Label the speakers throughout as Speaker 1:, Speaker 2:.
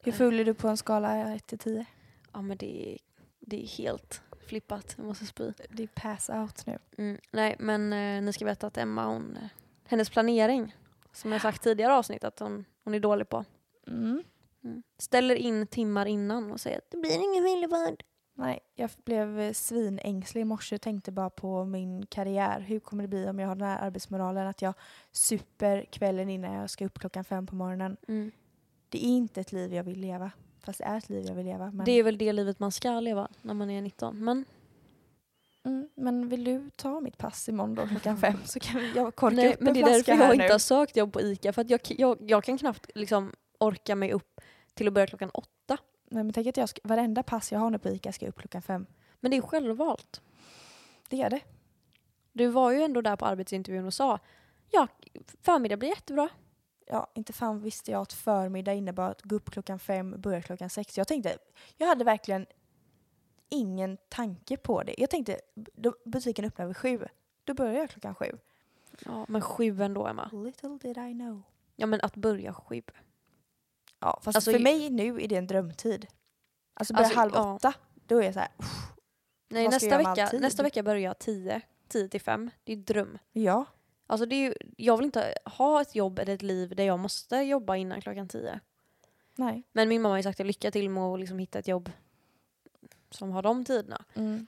Speaker 1: Hur full är du på en skala 1 till 10?
Speaker 2: Ja men det är, det är helt flippat. Jag måste spy.
Speaker 1: Det är pass out nu.
Speaker 2: Mm. Nej men eh, ni ska veta att Emma hon, eh, hennes planering som jag sagt tidigare avsnitt att hon, hon är dålig på. Mm. Ställer in timmar innan och säger att det blir ingen Willevard.
Speaker 1: Nej, jag blev eh, svinängslig i morse och tänkte bara på min karriär. Hur kommer det bli om jag har den här arbetsmoralen att jag super kvällen innan jag ska upp klockan fem på morgonen.
Speaker 2: Mm.
Speaker 1: Det är inte ett liv jag vill leva. Fast det är ett liv jag vill leva. Men,
Speaker 2: Det är väl det livet man ska leva när man är 19. Men
Speaker 1: mm, men vill du ta mitt pass imorgon då klockan fem så kan vi- jag korka
Speaker 2: Nej,
Speaker 1: upp en
Speaker 2: men det är
Speaker 1: flaska
Speaker 2: därför
Speaker 1: här
Speaker 2: jag
Speaker 1: nu.
Speaker 2: inte har sökt jobb på ICA. För att jag, jag, jag kan knappt liksom orka mig upp till att börja klockan åtta.
Speaker 1: Nej, men tänk att jag ska, varenda pass jag har nu på ICA ska jag upp klockan fem.
Speaker 2: Men det är självvalt.
Speaker 1: Det är det.
Speaker 2: Du var ju ändå där på arbetsintervjun och sa ja, förmiddag blir jättebra.
Speaker 1: Ja, inte fan visste jag att förmiddag innebar att gå upp klockan fem, börja klockan sex. Jag tänkte, jag hade verkligen ingen tanke på det. Jag tänkte, då butiken öppnar vid sju. Då börjar jag klockan sju.
Speaker 2: Ja, men sju ändå Emma.
Speaker 1: Little did I know.
Speaker 2: Ja, men att börja sju.
Speaker 1: Ja, fast
Speaker 2: Alltså,
Speaker 1: för
Speaker 2: ju-
Speaker 1: mig nu är det en drömtid. Alltså börja
Speaker 2: Alltså,
Speaker 1: halv
Speaker 2: ja.
Speaker 1: åtta, då är jag så här, "Uff,
Speaker 2: Nej,
Speaker 1: Vad ska
Speaker 2: nästa
Speaker 1: jag göra med all
Speaker 2: vecka,
Speaker 1: tid?
Speaker 2: nästa vecka börjar jag tio. Tio till fem. Det är ju dröm.
Speaker 1: ja.
Speaker 2: Alltså det är ju, jag vill inte ha ett jobb eller ett liv där jag måste jobba innan klockan tio.
Speaker 1: Nej.
Speaker 2: Men min mamma har ju sagt att lycka till med att liksom hitta ett jobb som har de tiderna.
Speaker 1: Mm.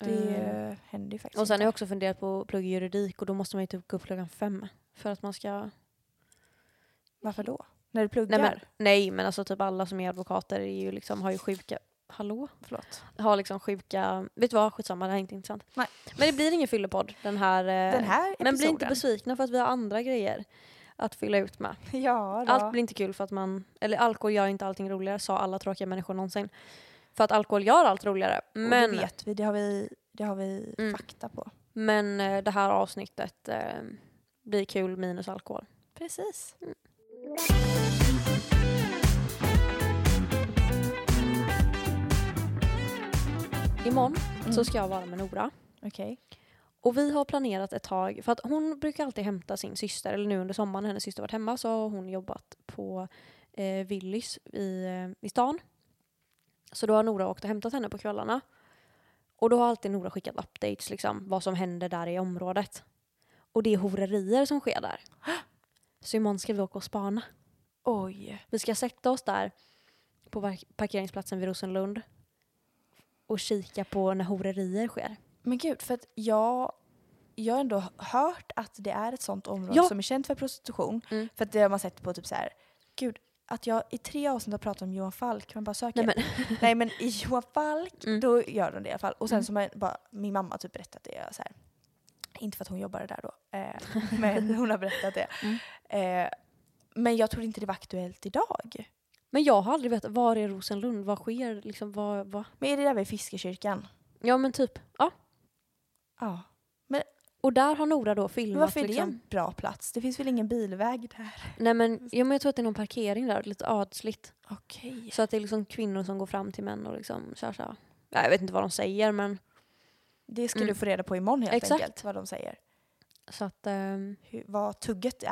Speaker 1: Det
Speaker 2: Eh,
Speaker 1: eh, händer ju faktiskt
Speaker 2: Och sen har jag
Speaker 1: inte.
Speaker 2: också funderat på att plugga juridik och då måste man ju typ gå upp klockan fem. För att man ska...
Speaker 1: Varför då? När du pluggar?
Speaker 2: Nej men, nej, men alltså typ alla som är advokater är ju liksom, har ju sjuka... Hallå?
Speaker 1: Förlåt.
Speaker 2: Har liksom sjuka... Vet du vad? Skitsamma, det här är inte intressant.
Speaker 1: Nej.
Speaker 2: Men det blir ingen fyllepodd den här... eh,
Speaker 1: Den här episoden?
Speaker 2: men bli inte besvikna för att vi har andra grejer att fylla ut med.
Speaker 1: Ja, då.
Speaker 2: Allt blir inte kul för att man... Eller alkohol gör inte allting roligare, sa alla tråkiga människor någonsin. För att alkohol gör allt roligare.
Speaker 1: men...
Speaker 2: Men...
Speaker 1: Det vet vi, det har vi, det har vi
Speaker 2: Mm.
Speaker 1: fakta på.
Speaker 2: Men eh, det här avsnittet eh, blir kul minus alkohol.
Speaker 1: Precis.
Speaker 2: Imorgon
Speaker 1: Mm.
Speaker 2: så ska jag vara med Nora.
Speaker 1: Okej.
Speaker 2: Och vi har planerat ett tag, för att hon brukar alltid hämta sin syster, eller nu under sommaren när hennes syster varit hemma så har hon jobbat på eh, Willys i, eh, i stan. Så då har Nora åkt och hämtat henne på kvällarna. Och då har alltid Nora skickat updates, liksom, vad som händer där i området. Och det är horerier som sker där. Så imorgon ska vi åka och spana.
Speaker 1: Oj.
Speaker 2: Vi ska sätta oss där på park- parkeringsplatsen vid Rosenlund och kika på när horerier sker.
Speaker 1: Men gud, för att jag, jag har ändå hört att det är ett sånt område
Speaker 2: Ja.
Speaker 1: som är känt för prostitution.
Speaker 2: Mm.
Speaker 1: För att det har man sett på typ så här, gud, att jag i tre avsnitt har pratat om Johan Falk, man bara söker.
Speaker 2: Nej, men,
Speaker 1: Nej, men i Johan Falk,
Speaker 2: Mm.
Speaker 1: då gör de det i alla fall. Och sen
Speaker 2: Mm.
Speaker 1: som jag, bara, min mamma har typ berättat det så här. Inte för att hon jobbade där då, eh, men hon har berättat det.
Speaker 2: Mm.
Speaker 1: Eh, men jag trodde inte det var aktuellt idag.
Speaker 2: men jag har aldrig vetat, var är Rosenlund? Vad sker? Liksom, vad, vad?
Speaker 1: Men är det där vid Fiskekyrkan?
Speaker 2: Ja men typ, ja.
Speaker 1: Ja.
Speaker 2: Och där har Nora då filmat.
Speaker 1: Varför är det
Speaker 2: liksom,
Speaker 1: en bra plats? Det finns väl ingen bilväg där?
Speaker 2: Nej men, ja, men jag tror att det är någon parkering där, lite ödsligt.
Speaker 1: Okej.
Speaker 2: Så att det är liksom kvinnor som går fram till män och liksom kör så här. Nej, Jag vet inte vad de säger men
Speaker 1: Det ska
Speaker 2: Mm.
Speaker 1: du få reda på imorgon helt
Speaker 2: Exakt.
Speaker 1: enkelt, vad de säger.
Speaker 2: så att ehm,
Speaker 1: Hur, vad tugget är.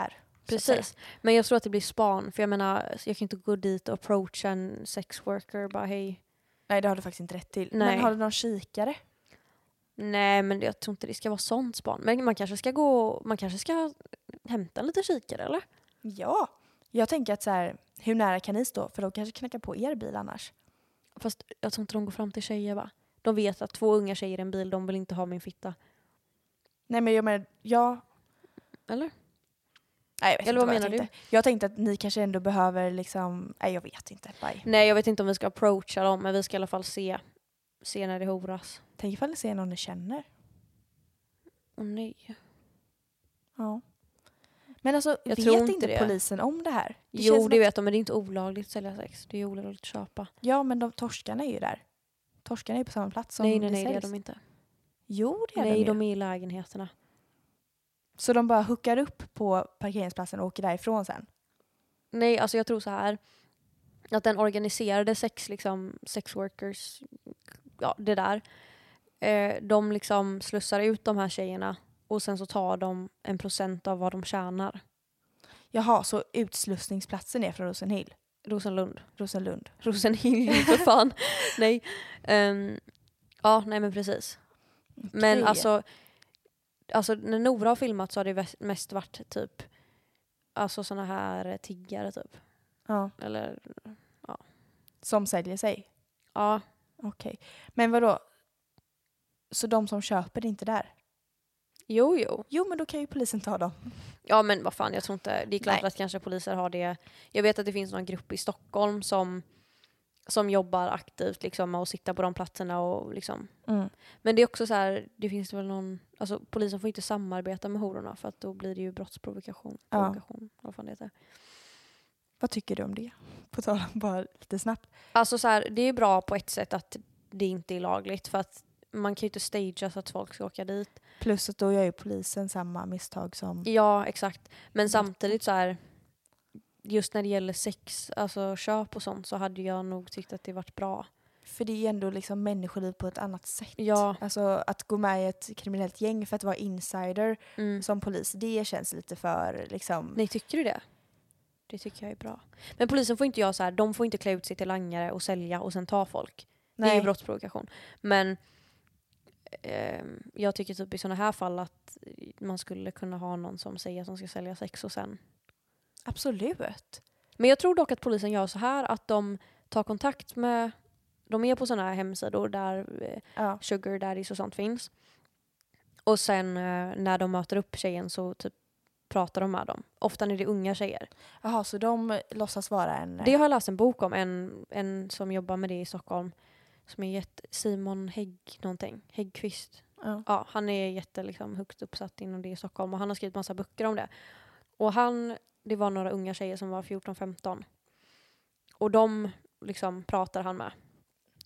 Speaker 1: så att säga.
Speaker 2: Precis. Men jag tror att det blir span. För jag menar, jag kan inte gå dit och approacha en sexworker bara hej.
Speaker 1: Nej, det har du faktiskt inte rätt till.
Speaker 2: Nej.
Speaker 1: Men har du någon kikare?
Speaker 2: Nej, men jag tror inte det ska vara sånt span. Men man kanske ska gå, man kanske ska hämta en liten kikare eller?
Speaker 1: Ja. Jag tänker att så här, hur nära kan ni stå? För de kanske knackar på er bil annars.
Speaker 2: Fast jag tror inte de går fram till tjejer va? De vet att två unga tjejer i en bil, de vill inte ha min fitta.
Speaker 1: Nej, men jag menar, ja.
Speaker 2: Eller?
Speaker 1: Nej, jag vet
Speaker 2: Eller
Speaker 1: inte
Speaker 2: vad menar
Speaker 1: jag tänkte. Jag tänkte att ni kanske ändå behöver liksom, nej jag vet inte. Bye.
Speaker 2: Nej, jag vet inte om vi ska approacha dem, men vi ska i alla fall se, se när det horas.
Speaker 1: Tänk ifall ni ser någon ni känner.
Speaker 2: Åh nej.
Speaker 1: Ja. Men alltså,
Speaker 2: Jag
Speaker 1: vet
Speaker 2: tror
Speaker 1: inte,
Speaker 2: inte det.
Speaker 1: polisen om det här? Det känns
Speaker 2: jo,
Speaker 1: som
Speaker 2: det
Speaker 1: att-
Speaker 2: vet de, men det är inte olagligt att sälja sex. Det är olagligt att köpa.
Speaker 1: Ja, men de, torskarna är ju där. Torskarna är ju på samma plats som
Speaker 2: nej, nej, nej,
Speaker 1: det
Speaker 2: det är
Speaker 1: säljs.
Speaker 2: de inte.
Speaker 1: Jo, det är
Speaker 2: Nej,
Speaker 1: de, ju.
Speaker 2: de är i lägenheterna.
Speaker 1: Så de bara hookar upp på parkeringsplatsen och åker därifrån sen?
Speaker 2: Nej, alltså jag tror så här. Att den organiserade sex, liksom, sexworkers, ja det där. Eh, de liksom slussar ut de här tjejerna och sen så tar de en procent av vad de tjänar.
Speaker 1: Jaha, så utslussningsplatsen är från Rosenhill?
Speaker 2: Rosenlund.
Speaker 1: Rosenlund.
Speaker 2: Rosenhill för fan. nej. Ehm, ja, nej men precis. Men
Speaker 1: Okej.
Speaker 2: alltså, alltså, när Nora har filmat så har det väs- mest varit typ alltså såna här tiggare typ.
Speaker 1: Ja,
Speaker 2: Eller
Speaker 1: som säljer sig.
Speaker 2: ja,
Speaker 1: Okej. Men vadå? Så de som köper det är inte där?
Speaker 2: jo jo.
Speaker 1: Jo, men då kan ju polisen ta dem.
Speaker 2: Ja men vad fan jag tror inte, det är klart
Speaker 1: Nej.
Speaker 2: att kanske poliser har det. Jag vet att det finns någon grupp i Stockholm som, som jobbar aktivt liksom med att sitta på de platserna och liksom.
Speaker 1: Mm.
Speaker 2: Men det är också så här, det finns väl någon, alltså polisen får inte samarbeta med hororna för att då blir det ju brottsprovokation.
Speaker 1: Ja.
Speaker 2: Provokation, vad fan det heter.
Speaker 1: Vad tycker du om det? På tal om bara lite snabbt.
Speaker 2: Alltså så här, det är bra på ett sätt att det inte är lagligt för att man kan ju inte stagea så att folk ska åka dit.
Speaker 1: Plus att då gör ju polisen samma misstag som...
Speaker 2: Ja, exakt. Men samtidigt så här, just när det gäller sex, alltså köp och sånt så hade jag nog tyckt att det varit bra.
Speaker 1: För det är ju ändå liksom människoliv på ett annat sätt.
Speaker 2: Ja.
Speaker 1: Alltså att gå med i ett kriminellt gäng för att vara insider
Speaker 2: Mm.
Speaker 1: som polis, det känns lite för liksom...
Speaker 2: Nej, tycker du det? Det tycker jag är bra. Men polisen får inte göra så här, de får inte klä ut sig till langare och sälja och sen ta folk. Det är ju brottsprovokation. Men ehm, jag tycker typ i sådana här fall att man skulle kunna ha någon som säger att de ska sälja sex och sen
Speaker 1: Absolut.
Speaker 2: Men jag tror dock att polisen gör så här att de tar kontakt med, de är på sådana här hemsidor där eh,
Speaker 1: Ja.
Speaker 2: sugar daddies och sånt finns. Och sen eh, när de möter upp tjejen så typ pratar de med dem. Ofta när det är unga tjejer.
Speaker 1: Jaha, så de låtsas vara en...
Speaker 2: Det har jag läst en bok om, en, en som jobbar med det i Stockholm. Som är jätte, Simon Hägg någonting, Häggqvist
Speaker 1: Ja.
Speaker 2: ja, han är jätte, liksom, högt uppsatt inom det i Stockholm och han har skrivit massa böcker om det. Och han, det var några unga tjejer som var 14-15. Och de liksom pratar han med.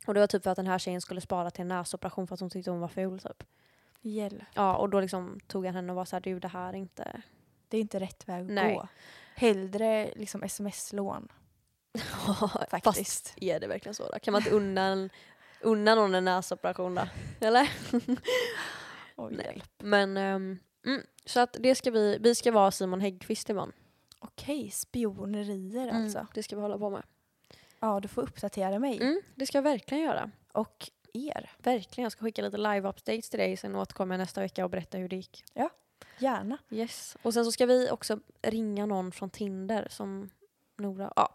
Speaker 2: Och det var typ för att den här tjejen skulle spara till en näsoperation för att hon tyckte hon var ful typ.
Speaker 1: Hjälp.
Speaker 2: Ja, och då liksom tog han henne och var såhär, du det här är inte...
Speaker 1: Det är inte rätt väg att
Speaker 2: Nej.
Speaker 1: gå. Hellre liksom sms-lån
Speaker 2: Fast
Speaker 1: faktiskt.
Speaker 2: är det verkligen så då? Kan man inte unna, en- unna någon en näsoperation då? Eller?
Speaker 1: Oj,
Speaker 2: Nej.
Speaker 1: hjälp.
Speaker 2: Men, ehm, mm, så att det ska vi, vi ska vara Simon Häggqvist imorgon.
Speaker 1: Okej, spionerier
Speaker 2: Mm.
Speaker 1: alltså.
Speaker 2: Det ska vi hålla på med.
Speaker 1: Ja, du får uppdatera mig
Speaker 2: Mm, det ska jag verkligen göra.
Speaker 1: och er.
Speaker 2: Verkligen. Jag ska skicka lite live-updates till dig. Sen återkommer jag nästa vecka och berätta hur det gick.
Speaker 1: Gärna.
Speaker 2: Yes. Och sen så ska vi också ringa någon från Tinder som Nora... Ja.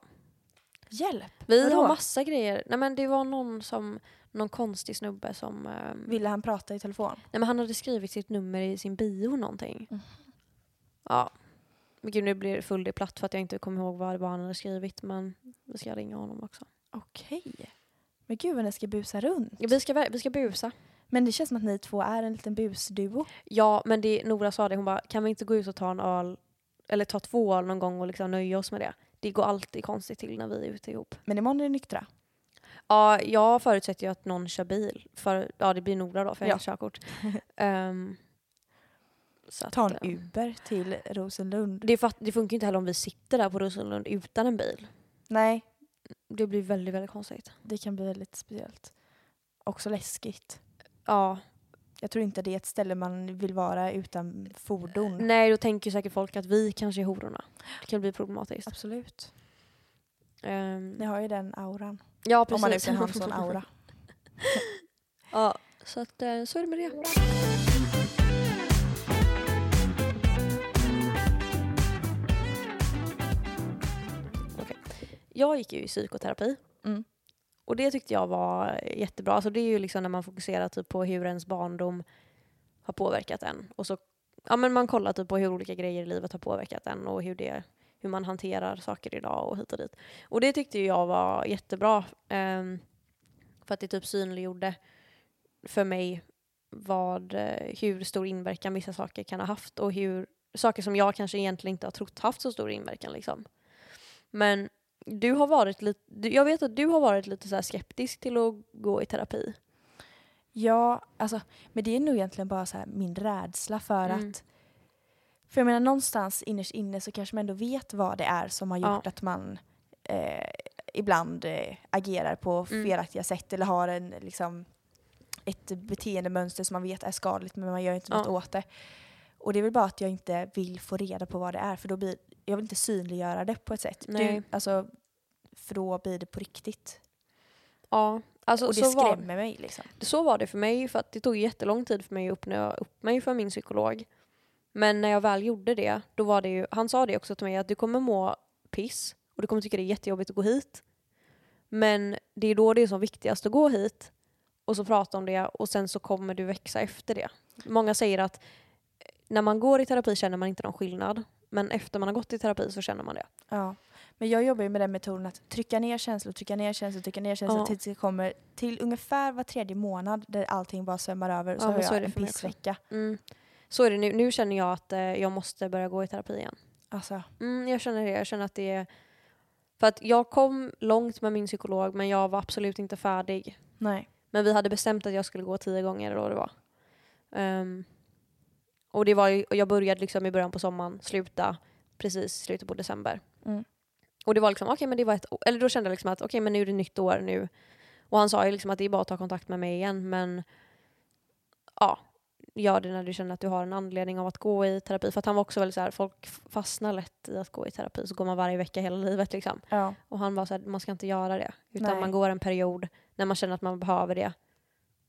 Speaker 1: Hjälp!
Speaker 2: Vi
Speaker 1: Vadå?
Speaker 2: har massa grejer. Nej men det var någon som... Någon konstig snubbe som... ehm,
Speaker 1: Ville han prata i telefon?
Speaker 2: nej men han hade skrivit sitt nummer i sin bio någonting.
Speaker 1: Mhm.
Speaker 2: Ja. Men gud nu blir det full i platt för att jag inte kommer ihåg vad det var han hade skrivit. Men vi ska ringa honom också.
Speaker 1: Okej. Men gud vad ni ska busa runt.
Speaker 2: Ja, vi, ska, ver- vi ska busa.
Speaker 1: Men det känns som att ni två är en liten busduo.
Speaker 2: Ja, men det, Nora sa det, hon bara kan vi inte gå ut och ta en öl eller ta två öl någon gång och liksom nöja oss med det? Det går alltid konstigt till när vi är ute ihop.
Speaker 1: Men imorgon är ni nyktra.
Speaker 2: Ja, jag förutsätter ju att någon kör bil. För, ja, det blir Nora då, för
Speaker 1: Ja.
Speaker 2: jag har inte körkort. Ehm, så att,
Speaker 1: Ta
Speaker 2: eh,
Speaker 1: en Uber till Rosenlund.
Speaker 2: det, fatt- det funkar ju inte heller om vi sitter där på Rosenlund utan en bil.
Speaker 1: Nej,
Speaker 2: Det blir väldigt, väldigt konstigt.
Speaker 1: det kan bli väldigt speciellt. Också läskigt.
Speaker 2: Ja,
Speaker 1: Jag tror inte det är ett ställe man vill vara utan fordon.
Speaker 2: nej då tänker ju säkert folk att vi kanske är hororna. Det kan bli problematiskt.
Speaker 1: Absolut.
Speaker 2: Ehm,
Speaker 1: Ni har ju den auran.
Speaker 2: ja,
Speaker 1: Om
Speaker 2: precis.
Speaker 1: man nu kan ha en sån aura.
Speaker 2: Ja, så, att, eh, så är det med det. Okej. Jag gick ju i psykoterapi.
Speaker 1: Mm.
Speaker 2: Och det tyckte jag var jättebra. Alltså det är ju liksom när man fokuserar typ på hur ens barndom har påverkat en. Och så, ja, men man kollar typ på hur olika grejer i livet har påverkat en och hur, det, hur man hanterar saker idag och hit och dit. Och det tyckte ju jag var jättebra. ehm, för att det typ synliggjorde för mig vad, eh, hur stor inverkan vissa saker kan ha haft och hur saker som jag kanske egentligen inte har trott haft så stor inverkan. Liksom. Men du har varit lite, du- jag vet att du har varit lite så här skeptisk till att gå i terapi.
Speaker 1: Ja, alltså, men det är nog egentligen bara så här min rädsla för
Speaker 2: Mm.
Speaker 1: att... För jag menar någonstans innerst inne så kanske man ändå vet vad det är som har
Speaker 2: Ja.
Speaker 1: gjort att man eh, ibland eh, agerar på
Speaker 2: Mm.
Speaker 1: felaktiga sätt eller har en, liksom, ett beteendemönster som man vet är skadligt men man gör inte något
Speaker 2: Ja.
Speaker 1: åt det. Och det är väl bara att jag inte vill få reda på vad det är för då blir, jag vill inte synliggöra det på ett sätt.
Speaker 2: Nej.
Speaker 1: Du, alltså, För då blir det på riktigt.
Speaker 2: Ja, alltså
Speaker 1: och det
Speaker 2: så, var,
Speaker 1: skrämmer mig liksom.
Speaker 2: så var det för mig för att det tog jättelång tid för mig att öppna upp mig för min psykolog. Men när jag väl gjorde det, då var det ju, han sa det också till mig att du kommer må piss och du kommer tycka det är jättejobbigt att gå hit. Men det är då det är som viktigast att gå hit och så prata om det och sen så kommer du växa efter det. Många säger att eh, när man går i terapi känner man inte någon skillnad men efter man har gått i terapi så känner man det.
Speaker 1: Ja. Men jag jobbar ju med den metoden att trycka ner känslor, trycka ner känslor, trycka ner känslor
Speaker 2: Ja.
Speaker 1: tills det kommer till ungefär var tredje månad där allting bara svämmar över och så
Speaker 2: Ja, men
Speaker 1: har
Speaker 2: så är
Speaker 1: jag
Speaker 2: det
Speaker 1: en
Speaker 2: för mig också.
Speaker 1: pissvecka.
Speaker 2: Mm. Så är det nu. Nu känner jag att eh, jag måste börja gå i terapi igen.
Speaker 1: Alltså,
Speaker 2: Mm, jag känner det. Jag känner att det är... För att jag kom långt med min psykolog men jag var absolut inte färdig.
Speaker 1: nej.
Speaker 2: Men vi hade bestämt att jag skulle gå tio gånger eller vad det var. Ehm, och det var ju, och jag började liksom i början på sommaren, sluta precis i slutet på december.
Speaker 1: Mm.
Speaker 2: Och det var liksom, okej men det var ett Eller då kände jag liksom att okej men nu är det nytt år nu. Och han sa ju liksom att det är bara att ta kontakt med mig igen men ja, gör det när du känner att du har en anledning av att gå i terapi. För att han var också väldigt så här, folk f- fastnar lätt i att gå i terapi så går man varje vecka hela livet liksom.
Speaker 1: Ja.
Speaker 2: Och han var så här, man ska inte göra det. Utan
Speaker 1: Nej.
Speaker 2: man går en period när man känner att man behöver det.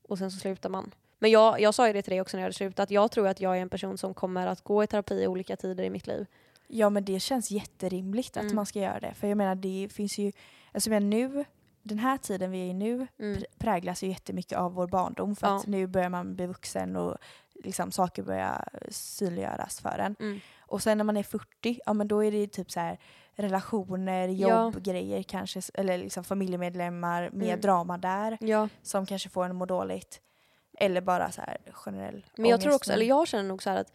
Speaker 2: Och sen så slutar man. Men jag, jag sa ju det till dig också när jag hade slutat. Jag tror att jag är en person som kommer att gå i terapi i olika tider i mitt liv.
Speaker 1: ja, men det känns jätterimligt att
Speaker 2: Mm.
Speaker 1: man ska göra det. För jag menar, det finns ju... Alltså men nu, den här tiden vi är i nu
Speaker 2: Mm.
Speaker 1: pr- präglas ju jättemycket av vår barndom för att
Speaker 2: Ja.
Speaker 1: nu börjar man bli vuxen och liksom saker börjar synliggöras för en.
Speaker 2: Mm.
Speaker 1: Och sen när man är 40, ja men då är det ju typ så här relationer,
Speaker 2: Ja.
Speaker 1: jobb, grejer kanske, s- eller liksom familjemedlemmar, mer
Speaker 2: Mm.
Speaker 1: drama där
Speaker 2: Ja.
Speaker 1: som kanske får en att må dåligt. Eller bara så här generell
Speaker 2: Men jag tror
Speaker 1: ångest.
Speaker 2: också, eller jag känner nog så här att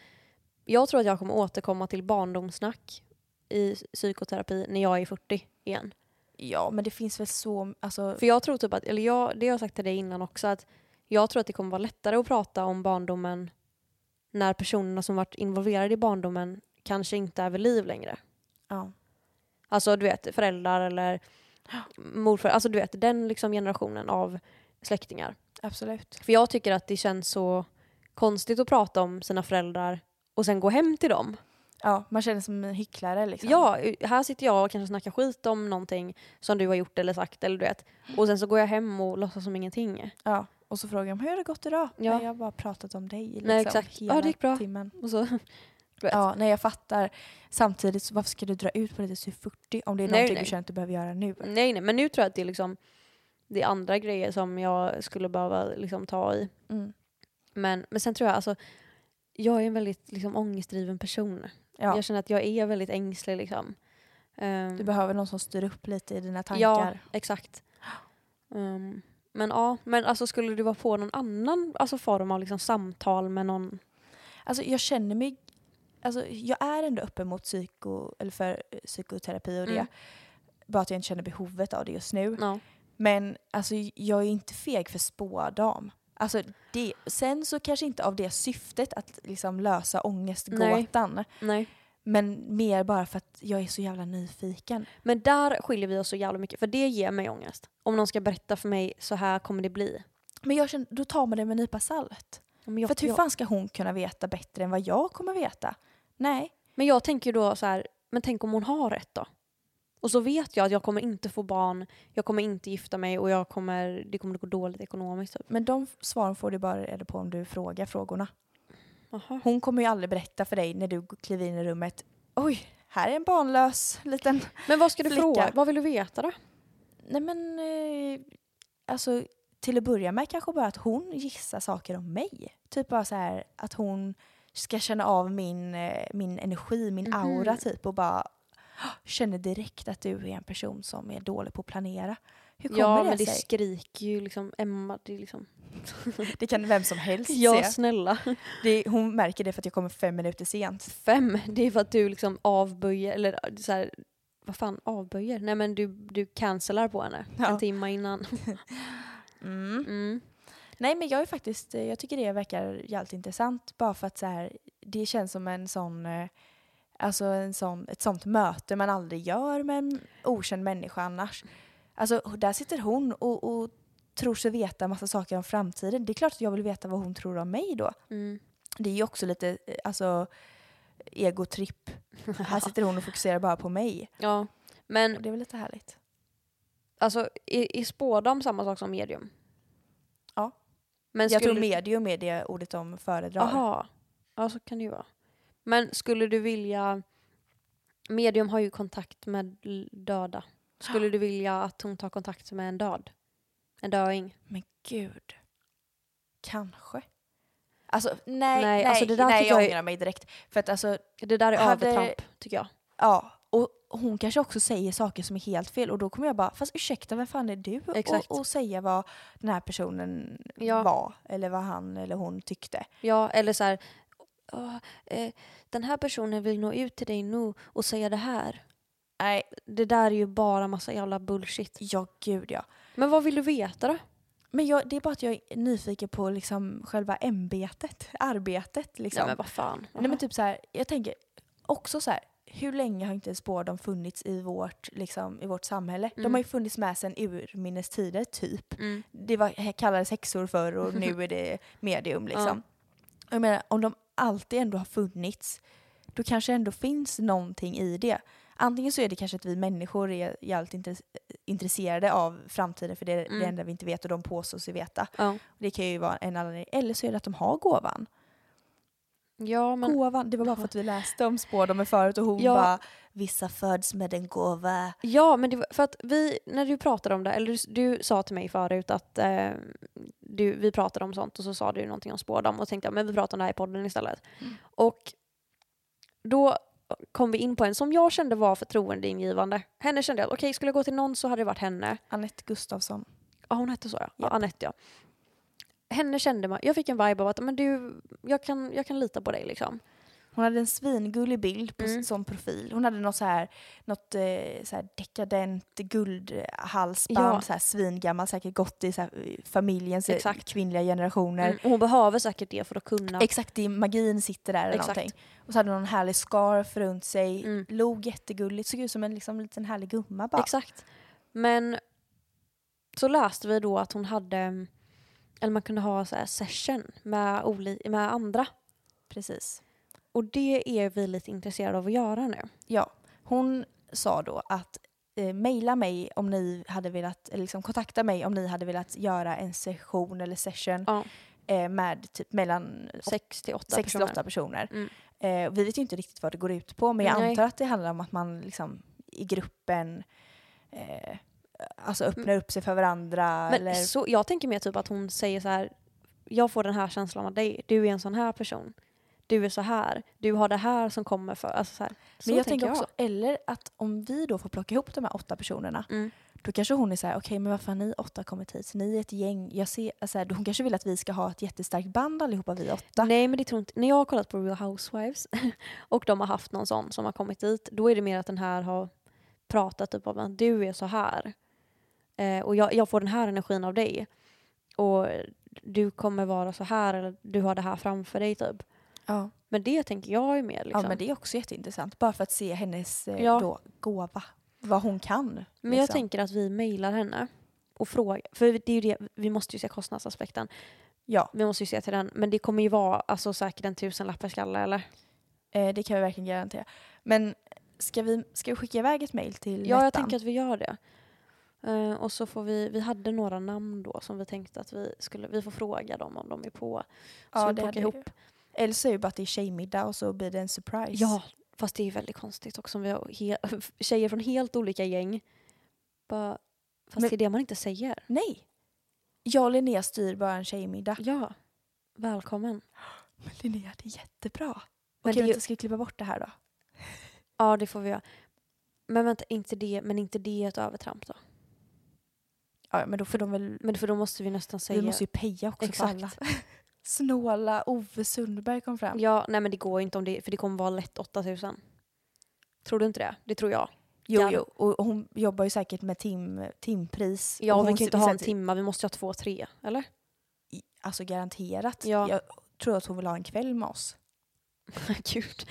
Speaker 2: jag tror att jag kommer återkomma till barndomssnack i psykoterapi när jag är 40 igen.
Speaker 1: Ja, men det finns väl så, alltså,
Speaker 2: För jag tror typ att, eller jag, det har jag sagt till dig innan också, att jag tror att det kommer vara lättare att prata om barndomen när personerna som varit involverade i barndomen kanske inte är vid liv längre.
Speaker 1: ja.
Speaker 2: Alltså du vet föräldrar eller morföräldrar, alltså du vet den liksom generationen av släktingar.
Speaker 1: Absolut.
Speaker 2: För jag tycker att det känns så konstigt att prata om sina föräldrar och sen gå hem till dem.
Speaker 1: Ja, man känner sig som en hycklare liksom.
Speaker 2: Ja, här sitter jag och kanske snackar skit om någonting som du har gjort eller sagt eller du vet. Och sen så går jag hem och låtsas som ingenting.
Speaker 1: ja. Och så frågar de, hur har det gått idag?
Speaker 2: Ja.
Speaker 1: Nej, jag har bara pratat om dig liksom,
Speaker 2: Nej, exakt. Ja,
Speaker 1: hela
Speaker 2: det gick bra.
Speaker 1: timmen.
Speaker 2: Och så, Vet.
Speaker 1: Ja, nej jag fattar. Samtidigt, så varför ska du dra ut på det till 40 om det är någonting
Speaker 2: Nej, nej. Mm.
Speaker 1: du känner att du behöver göra nu?
Speaker 2: nej, nej, men nu tror jag att det är liksom det är andra grejer som jag skulle behöva liksom ta i.
Speaker 1: Mm.
Speaker 2: Men, men sen tror jag alltså, jag är en väldigt liksom ångestdriven person.
Speaker 1: Ja.
Speaker 2: Jag känner att jag är väldigt ängslig. Liksom. Ehm,
Speaker 1: Du behöver någon som styr upp lite i dina
Speaker 2: Ja,
Speaker 1: tankar.
Speaker 2: exakt. Ehm, men ja, men alltså skulle du vara på någon annan alltså form av liksom samtal med någon?
Speaker 1: Alltså jag känner mig... Alltså jag är ändå öppen mot psyko, eller för eh, psykoterapi och det.
Speaker 2: Mm.
Speaker 1: Bara att jag inte känner behovet av det just nu.
Speaker 2: Ja.
Speaker 1: Men alltså jag är inte feg för spådam. Alltså det, sen så kanske inte av det syftet att liksom lösa ångestgåtan.
Speaker 2: Nej.
Speaker 1: Men mer bara för att jag är så jävla nyfiken.
Speaker 2: Men där skiljer vi oss så jävla mycket, för det ger mig ångest. Om någon ska berätta för mig så här kommer det bli.
Speaker 1: Men jag känner, då tar man det med en nypa salt.
Speaker 2: Men jag,
Speaker 1: för att hur
Speaker 2: jag,
Speaker 1: fan ska hon kunna veta bättre än vad jag kommer veta? Nej.
Speaker 2: men jag tänker ju då så här, men tänk om hon har rätt då? Och så vet jag att jag kommer inte få barn, jag kommer inte gifta mig och jag kommer, det kommer att gå dåligt ekonomiskt. Typ.
Speaker 1: Men de f- svaren får du bara reda på om du frågar frågorna.
Speaker 2: Jaha.
Speaker 1: Hon kommer ju aldrig berätta för dig när du g- kliver in i rummet. Oj, här är en barnlös liten...
Speaker 2: Men vad ska du
Speaker 1: Flicka.
Speaker 2: fråga? Vad vill du veta då?
Speaker 1: Nej men, eh, alltså till att börja med kanske bara att hon gissar saker om mig. Typ bara så här att hon ska känna av min, eh, min energi, min aura
Speaker 2: Mhm.
Speaker 1: typ och bara "Hå, känner direkt att du är en person som är dålig på att planera. Hur kommer
Speaker 2: Ja,
Speaker 1: det,
Speaker 2: men det
Speaker 1: sig?
Speaker 2: skriker ju liksom Emma. Det är liksom,
Speaker 1: Det kan vem som helst
Speaker 2: ja,
Speaker 1: se.
Speaker 2: snälla.
Speaker 1: Det, hon märker det för att jag kommer fem minuter sent.
Speaker 2: Fem, det är för att du liksom avböjer, eller så här, vad fan avböjer? Nej men du, du cancelar på henne
Speaker 1: Ja.
Speaker 2: en timme innan.
Speaker 1: Mm.
Speaker 2: Mm.
Speaker 1: Nej men jag är faktiskt, eh, jag tycker det verkar jävligt intressant bara för att så här, det känns som en sån, eh, alltså en sån, ett sånt möte man aldrig gör med en okänd människa annars. Alltså där sitter hon och, och tror sig veta massa saker om framtiden. Det är klart att jag vill veta vad hon tror om mig då.
Speaker 2: Mm.
Speaker 1: Det är ju också lite, eh, alltså egotripp. Här sitter hon och fokuserar bara på mig.
Speaker 2: Ja, men Mm.
Speaker 1: Och det är väl lite härligt.
Speaker 2: Alltså är, är spådam samma sak som medium?
Speaker 1: Ja.
Speaker 2: Men
Speaker 1: Jag tror
Speaker 2: skulle-
Speaker 1: medium är det ordet de föredrar.
Speaker 2: Jaha. Ja, så kan det ju vara. Men skulle du vilja... Medium har ju kontakt med l- döda. Skulle du vilja att hon tar kontakt med en död? En döing?
Speaker 1: Men gud. Kanske. Alltså nej,
Speaker 2: Nej,
Speaker 1: nej,
Speaker 2: alltså det där
Speaker 1: nej
Speaker 2: tycker
Speaker 1: jag
Speaker 2: jag är-
Speaker 1: ångrar mig direkt. För att alltså,
Speaker 2: Det där är
Speaker 1: Hade-
Speaker 2: övertramp, tycker jag.
Speaker 1: ja. Och hon kanske också säger saker som är helt fel och då kommer jag bara, fast ursäkta vem fan är du?
Speaker 2: Exakt.
Speaker 1: Och, och säga vad den här personen
Speaker 2: Ja.
Speaker 1: var eller vad han eller hon tyckte.
Speaker 2: Ja, eller så här... "Åh, eh, den här personen vill nå ut till dig nu och säga det här.
Speaker 1: Nej,
Speaker 2: Det där är ju bara massa jävla bullshit.
Speaker 1: ja gud ja.
Speaker 2: Men vad vill du veta då?
Speaker 1: Men jag, det är bara att jag är nyfiken på liksom själva ämbetet, arbetet liksom.
Speaker 2: Ja, men vad fan.
Speaker 1: Nej men typ så här, jag tänker också så här, hur länge har inte spårdom funnits i vårt, liksom, i vårt samhälle?
Speaker 2: Mm.
Speaker 1: De har ju funnits med sedan urminnes tider typ.
Speaker 2: Mm.
Speaker 1: Det var, kallades häxor förr och nu är det medium liksom. Och Jag menar, om de alltid ändå har funnits, då kanske ändå finns någonting i det. Antingen så är det kanske att vi människor är jävligt intress- intresserade av framtiden för det är det
Speaker 2: Mm.
Speaker 1: enda vi inte vet och de påstår sig veta.
Speaker 2: Ja.
Speaker 1: Det kan ju vara en anledning. Eller så är det att de har gåvan
Speaker 2: ja, men...
Speaker 1: gåvan. Det var bara för att vi läste om spådomen förut och hon
Speaker 2: Ja.
Speaker 1: bara “vissa föds med en gåva”.
Speaker 2: Ja, men det var, för att vi, när du pratade om det, eller du, du sa till mig förut att eh, du, vi pratade om sånt och så sa du någonting om spårdam och tänkte jag men vi pratar om det här i podden istället. Och då kom vi in på en som jag kände var förtroendeingivande. Henne kände jag, okej skulle jag gå till någon så hade det varit henne.
Speaker 1: Anette Gustafsson.
Speaker 2: Ja, hon hette så ja. ja
Speaker 1: Japp.
Speaker 2: Anette ja. Henne kände man, jag fick en vibe av att men du, jag, kan, jag kan lita på dig liksom.
Speaker 1: Hon hade en svingullig bild på,
Speaker 2: Mm.
Speaker 1: som profil. Hon hade något så här, något eh, så här dekadent guldhalsband,
Speaker 2: Ja.
Speaker 1: så här svingammal, säkert gott i så här, eh, familjens eh,
Speaker 2: Exakt.
Speaker 1: kvinnliga generationer.
Speaker 2: Mm. Och hon behöver säkert det för att kunna.
Speaker 1: Exakt, det, är- magin sitter där eller
Speaker 2: Exakt.
Speaker 1: någonting. Och så hade hon en härlig scarf runt sig,
Speaker 2: Mm.
Speaker 1: log jättegulligt, såg ut som en liksom, liten härlig gumma bara.
Speaker 2: Exakt. Men så läste vi då att hon hade, eller man kunde ha så här session med, oli- med andra.
Speaker 1: Precis.
Speaker 2: Och det är vi lite intresserade av att göra nu.
Speaker 1: Ja, hon sa då att eh, mejla mig om ni hade velat, eller liksom kontakta mig om ni hade velat göra en session eller session
Speaker 2: Ja.
Speaker 1: eh, med typ mellan
Speaker 2: Sex till
Speaker 1: 6
Speaker 2: åtta
Speaker 1: till
Speaker 2: personer.
Speaker 1: 8 personer.
Speaker 2: Mm.
Speaker 1: Eh, vi vet ju inte riktigt vad det går ut på men jag
Speaker 2: Nej.
Speaker 1: antar att det handlar om att man liksom i gruppen eh, alltså öppnar upp sig för varandra.
Speaker 2: Mm. Men
Speaker 1: eller,
Speaker 2: så, jag tänker mer typ att hon säger så här, jag får den här känslan av dig, du är en sån här person. Du är så här, du har det här som kommer för... Alltså så här. Så
Speaker 1: men jag tänker också, eller att om vi då får plocka ihop de här åtta personerna
Speaker 2: Mm.
Speaker 1: Då kanske hon är så här, okej men varför har ni åtta kommit hit? Ni är ett gäng. Jag ser, alltså, här, hon kanske vill att vi ska ha ett jättestarkt band allihopa vi åtta.
Speaker 2: Nej men det tror inte... När jag har kollat på Real Housewives och de har haft någon sån som har kommit dit, då är det mer att den här har pratat typ om att du är så här. Eh, och jag, jag får den här energin av dig. Och du kommer vara så här eller du har det här framför dig typ.
Speaker 1: Ja.
Speaker 2: Men det tänker jag är mer liksom.
Speaker 1: ja men
Speaker 2: men
Speaker 1: det är också jätteintressant. Bara för att se hennes eh,
Speaker 2: Ja.
Speaker 1: då, gåva. Vad hon kan.
Speaker 2: jag
Speaker 1: liksom.
Speaker 2: tänker att vi mejlar henne och frågar. För det är ju det, vi måste ju se kostnadsaspekten.
Speaker 1: Ja,
Speaker 2: Vi måste ju se till den. Men det kommer ju vara alltså, säkert en tusenlapp per skalle eller?
Speaker 1: eh, det kan vi verkligen garantera. Men ska vi, ska vi skicka iväg ett mejl till
Speaker 2: Ja, jag
Speaker 1: Nettan?
Speaker 2: tänker att vi gör det. Eh, och så får vi, vi hade några namn då som vi tänkte att vi skulle, vi får fråga dem om de är på.
Speaker 1: Ja,
Speaker 2: Så
Speaker 1: det
Speaker 2: vi plockar
Speaker 1: hade
Speaker 2: ihop.
Speaker 1: ju- Eller så är det bara att det är tjejmiddag och så blir det en surprise.
Speaker 2: Ja, fast det är väldigt konstigt också om vi har he- tjejer från helt olika gäng. Bara, fast
Speaker 1: Men-
Speaker 2: det är det man inte säger.
Speaker 1: Nej! Jag och Linnea styr bara en tjejmiddag.
Speaker 2: Ja, välkommen.
Speaker 1: Men Linnea, det är jättebra.
Speaker 2: Men
Speaker 1: Okej,
Speaker 2: det är ju-
Speaker 1: vänta, ska vi klippa bort det här då?
Speaker 2: Ja, det får vi göra. Men vänta, inte det, men inte det är ett övertramp då?
Speaker 1: Ja, men då får de väl
Speaker 2: Men för då måste vi nästan säga...
Speaker 1: Vi måste ju peja också
Speaker 2: Exakt.
Speaker 1: för alla. Snåla Ove Sundberg kom fram.
Speaker 2: Ja, nej men det går inte om det, för det kommer vara lätt 8000. Tror du inte det? Det tror jag.
Speaker 1: Jo,
Speaker 2: Jan.
Speaker 1: jo. Och hon jobbar ju säkert med tim, timpris.
Speaker 2: Ja,
Speaker 1: och
Speaker 2: vi
Speaker 1: hon
Speaker 2: kan ju inte
Speaker 1: ser-
Speaker 2: ha en
Speaker 1: säkert-
Speaker 2: timma, vi måste ju ha två, tre. Eller?
Speaker 1: i- Alltså garanterat.
Speaker 2: Ja.
Speaker 1: Jag tror att hon vill ha en kväll med oss.
Speaker 2: Gud.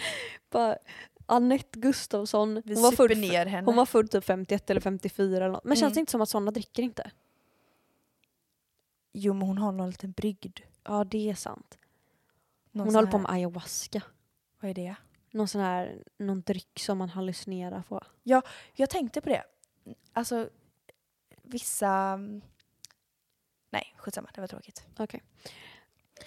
Speaker 2: Bara, Anette Gustafsson,
Speaker 1: Vi
Speaker 2: hon var,
Speaker 1: super
Speaker 2: full,
Speaker 1: ner henne.
Speaker 2: hon var full typ 51 eller 54 eller något. Men känns
Speaker 1: Mm.
Speaker 2: det inte som att sådana dricker inte?
Speaker 1: Jo, men hon har någon liten brygd.
Speaker 2: Ja, det är sant.
Speaker 1: Någon
Speaker 2: Hon
Speaker 1: sån
Speaker 2: håller på
Speaker 1: här-
Speaker 2: med ayahuasca.
Speaker 1: Vad är det?
Speaker 2: Någon sån här, någon dryck som man hallucinerar på.
Speaker 1: Jag tänkte på det. Alltså, vissa... Nej, skitsamma. Det var tråkigt.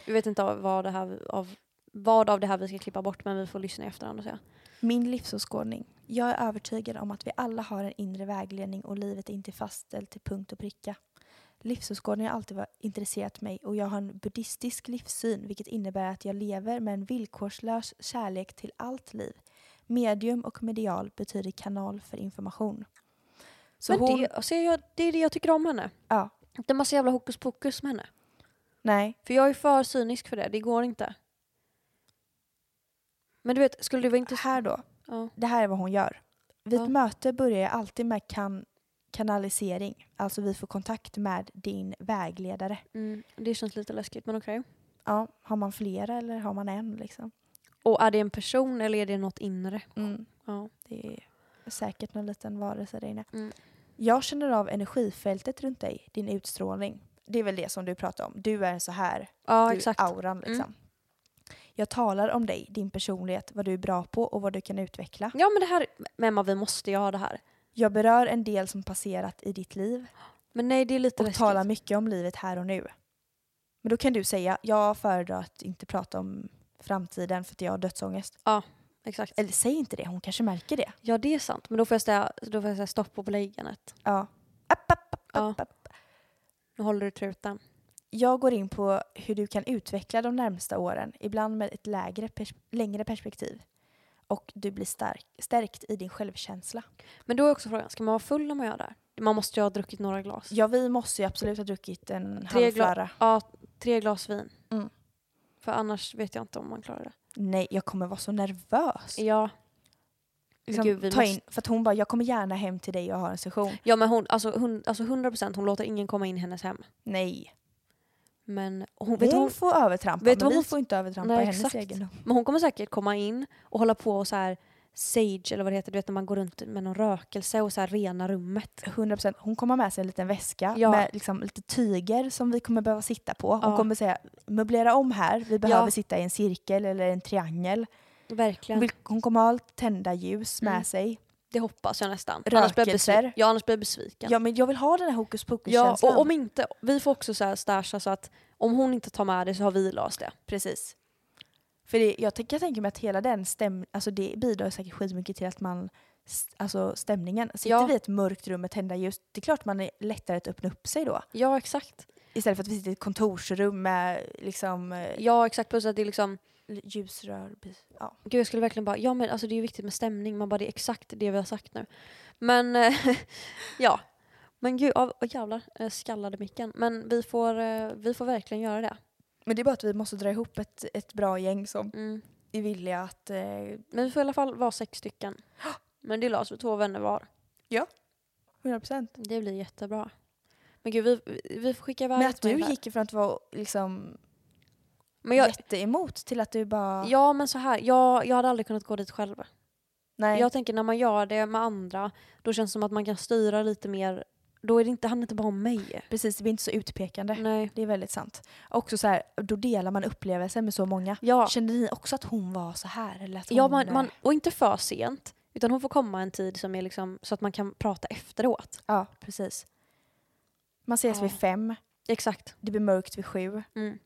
Speaker 2: Vi vet inte av vad, det här, av, vad av det här vi ska klippa bort men vi får lyssna i efterhand och se.
Speaker 1: Min livsåskådning. Jag är övertygad om att vi alla har en inre vägledning och livet är inte fastställt till punkt och pricka. Livsåskådning har alltid var- intresserat mig och jag har en buddhistisk livssyn vilket innebär att jag lever med en villkorslös kärlek till allt liv. Medium och medial betyder kanal för information. Så
Speaker 2: men
Speaker 1: hon...
Speaker 2: det, alltså, jag, det är det jag tycker om henne.
Speaker 1: Ja.
Speaker 2: Det är massa jävla hokus pokus med henne.
Speaker 1: Nej.
Speaker 2: För jag är för cynisk för det, det går inte. Men du vet, skulle det vara intressant...
Speaker 1: Här då.
Speaker 2: Ja.
Speaker 1: Det här är vad hon gör. Vid ett
Speaker 2: Ja.
Speaker 1: möte börjar jag alltid med kan- kanalisering. Alltså vi får kontakt med din vägledare.
Speaker 2: Mm, det känns lite läskigt men okej.
Speaker 1: Ja, har man flera eller har man en liksom?
Speaker 2: Och är det en person eller är det något inre? Ja.
Speaker 1: Det är säkert någon liten varelse där inne.
Speaker 2: Mm.
Speaker 1: Jag känner av energifältet runt dig, din utstrålning. Det är väl det som du pratar om. Du är så här,
Speaker 2: Ja,
Speaker 1: du
Speaker 2: exakt. Mm.
Speaker 1: är auran liksom. Jag talar om dig, din personlighet, vad du är bra på och vad du kan utveckla.
Speaker 2: Ja men det här, men Emma vi måste ju ha det här.
Speaker 1: Jag berör en del som passerat i ditt liv
Speaker 2: Men nej det är lite
Speaker 1: och
Speaker 2: läskigt.
Speaker 1: talar mycket om livet här och nu. Men då kan du säga, jag föredrar att inte prata om framtiden för att jag har dödsångest.
Speaker 2: Exakt.
Speaker 1: Eller säg inte det, hon kanske märker det.
Speaker 2: Ja det är sant, men då får jag säga, då får jag säga stopp på beläggandet.
Speaker 1: Ja. App, app, app,
Speaker 2: Ja.
Speaker 1: app, app.
Speaker 2: Nu håller du truten.
Speaker 1: Jag går in på hur du kan utveckla de närmsta åren, ibland med ett lägre pers- längre perspektiv. Och du blir stark, stärkt i din självkänsla.
Speaker 2: Men då är också frågan, ska man vara full när man gör det här? Man måste ju ha druckit några glas.
Speaker 1: Ja, vi måste ju absolut ha druckit en
Speaker 2: Tre
Speaker 1: halv
Speaker 2: gla-
Speaker 1: flarra.
Speaker 2: Ja, tre glas vin.
Speaker 1: Mm.
Speaker 2: För annars vet jag inte om man klarar det.
Speaker 1: Nej, jag kommer vara så nervös.
Speaker 2: Ja.
Speaker 1: Liksom,
Speaker 2: Gud, vi
Speaker 1: ta in,
Speaker 2: måste-
Speaker 1: för att hon bara, jag kommer gärna hem till dig och ha en session.
Speaker 2: Ja men hon, alltså, hon, alltså 100% hon låter ingen komma in i hennes hem.
Speaker 1: Nej.
Speaker 2: Men hon,
Speaker 1: Hon
Speaker 2: vet du, hon,
Speaker 1: får övertrampa,
Speaker 2: vet du
Speaker 1: men
Speaker 2: vad
Speaker 1: vi
Speaker 2: hon-
Speaker 1: får inte övertrampa
Speaker 2: Nej,
Speaker 1: hennes
Speaker 2: exakt.
Speaker 1: egendom.
Speaker 2: men hon kommer säkert komma in och hålla på och så här sage eller vad det heter, du vet när man går runt med någon rökelse och så här rena rummet.
Speaker 1: 100%. Hon kommer ha med sig en liten väska
Speaker 2: Ja.
Speaker 1: med liksom lite tyger som vi kommer behöva sitta på. Hon
Speaker 2: Ja.
Speaker 1: kommer säga möblera om här, vi behöver
Speaker 2: Ja.
Speaker 1: sitta i en cirkel eller en triangel. Hon,
Speaker 2: Verkligen.
Speaker 1: vill, hon kommer ha tända ljus med
Speaker 2: Mm.
Speaker 1: sig.
Speaker 2: Det hoppas jag nästan.
Speaker 1: Rökelser.
Speaker 2: besviken. Ja annars blir jag besviken.
Speaker 1: Ja men jag vill ha den här hokus
Speaker 2: Ja,
Speaker 1: pokus-känslan.
Speaker 2: och om inte, vi får också så här stasha så att om hon inte tar med det så har vi löst det.
Speaker 1: Precis. För det, jag, tänker- jag tänker mig att hela den stäm, alltså det bidrar säkert skitmycket till att man, s- alltså stämningen. Sitter
Speaker 2: Ja.
Speaker 1: vi i ett mörkt rum med tända ljus, det är klart man är lättare att öppna upp sig då.
Speaker 2: Ja exakt.
Speaker 1: Istället för att vi sitter i ett kontorsrum med liksom eh,
Speaker 2: Ja exakt, plus att det är liksom,
Speaker 1: ljusrör. Ja.
Speaker 2: gud jag skulle verkligen bara, ja men alltså det är ju viktigt med stämning, man bara det är exakt det vi har sagt nu. Men eh, ja. Men gud, av, oh, jävlar, eh, skallade micken. Men vi får, eh, vi får verkligen göra det.
Speaker 1: Men det är bara att vi måste dra ihop ett, ett bra gäng som
Speaker 2: Mm.
Speaker 1: är villiga att... Eh,
Speaker 2: Men vi får i alla fall vara sex stycken. Men det är löst, vi två vänner var.
Speaker 1: 100%.
Speaker 2: Det blir jättebra. Men gud, vi, vi- vi får skicka iväg
Speaker 1: Men att
Speaker 2: ett mejl
Speaker 1: du
Speaker 2: här.
Speaker 1: gick ifrån att vara liksom
Speaker 2: Men jag,
Speaker 1: jätteemot till att du bara...
Speaker 2: ja men så här, jag, jag hade aldrig kunnat gå dit själv.
Speaker 1: nej.
Speaker 2: Jag tänker när man gör det med andra, då känns det som att man kan styra lite mer. Då är det inte, handlar det inte bara om mig.
Speaker 1: precis, det blir inte så utpekande.
Speaker 2: Nej.
Speaker 1: Det är väldigt sant. Också så här, då delar man upplevelsen med så många.
Speaker 2: Ja,
Speaker 1: Kände ni också att hon var så här? Eller att hon, eh,
Speaker 2: ja man, man, och inte för sent. Utan hon får komma en tid som är liksom, så att man kan prata efteråt.
Speaker 1: ja, precis. Man ses
Speaker 2: Ja.
Speaker 1: vid fem,
Speaker 2: Exakt.
Speaker 1: det blir mörkt vid sju.
Speaker 2: Mm.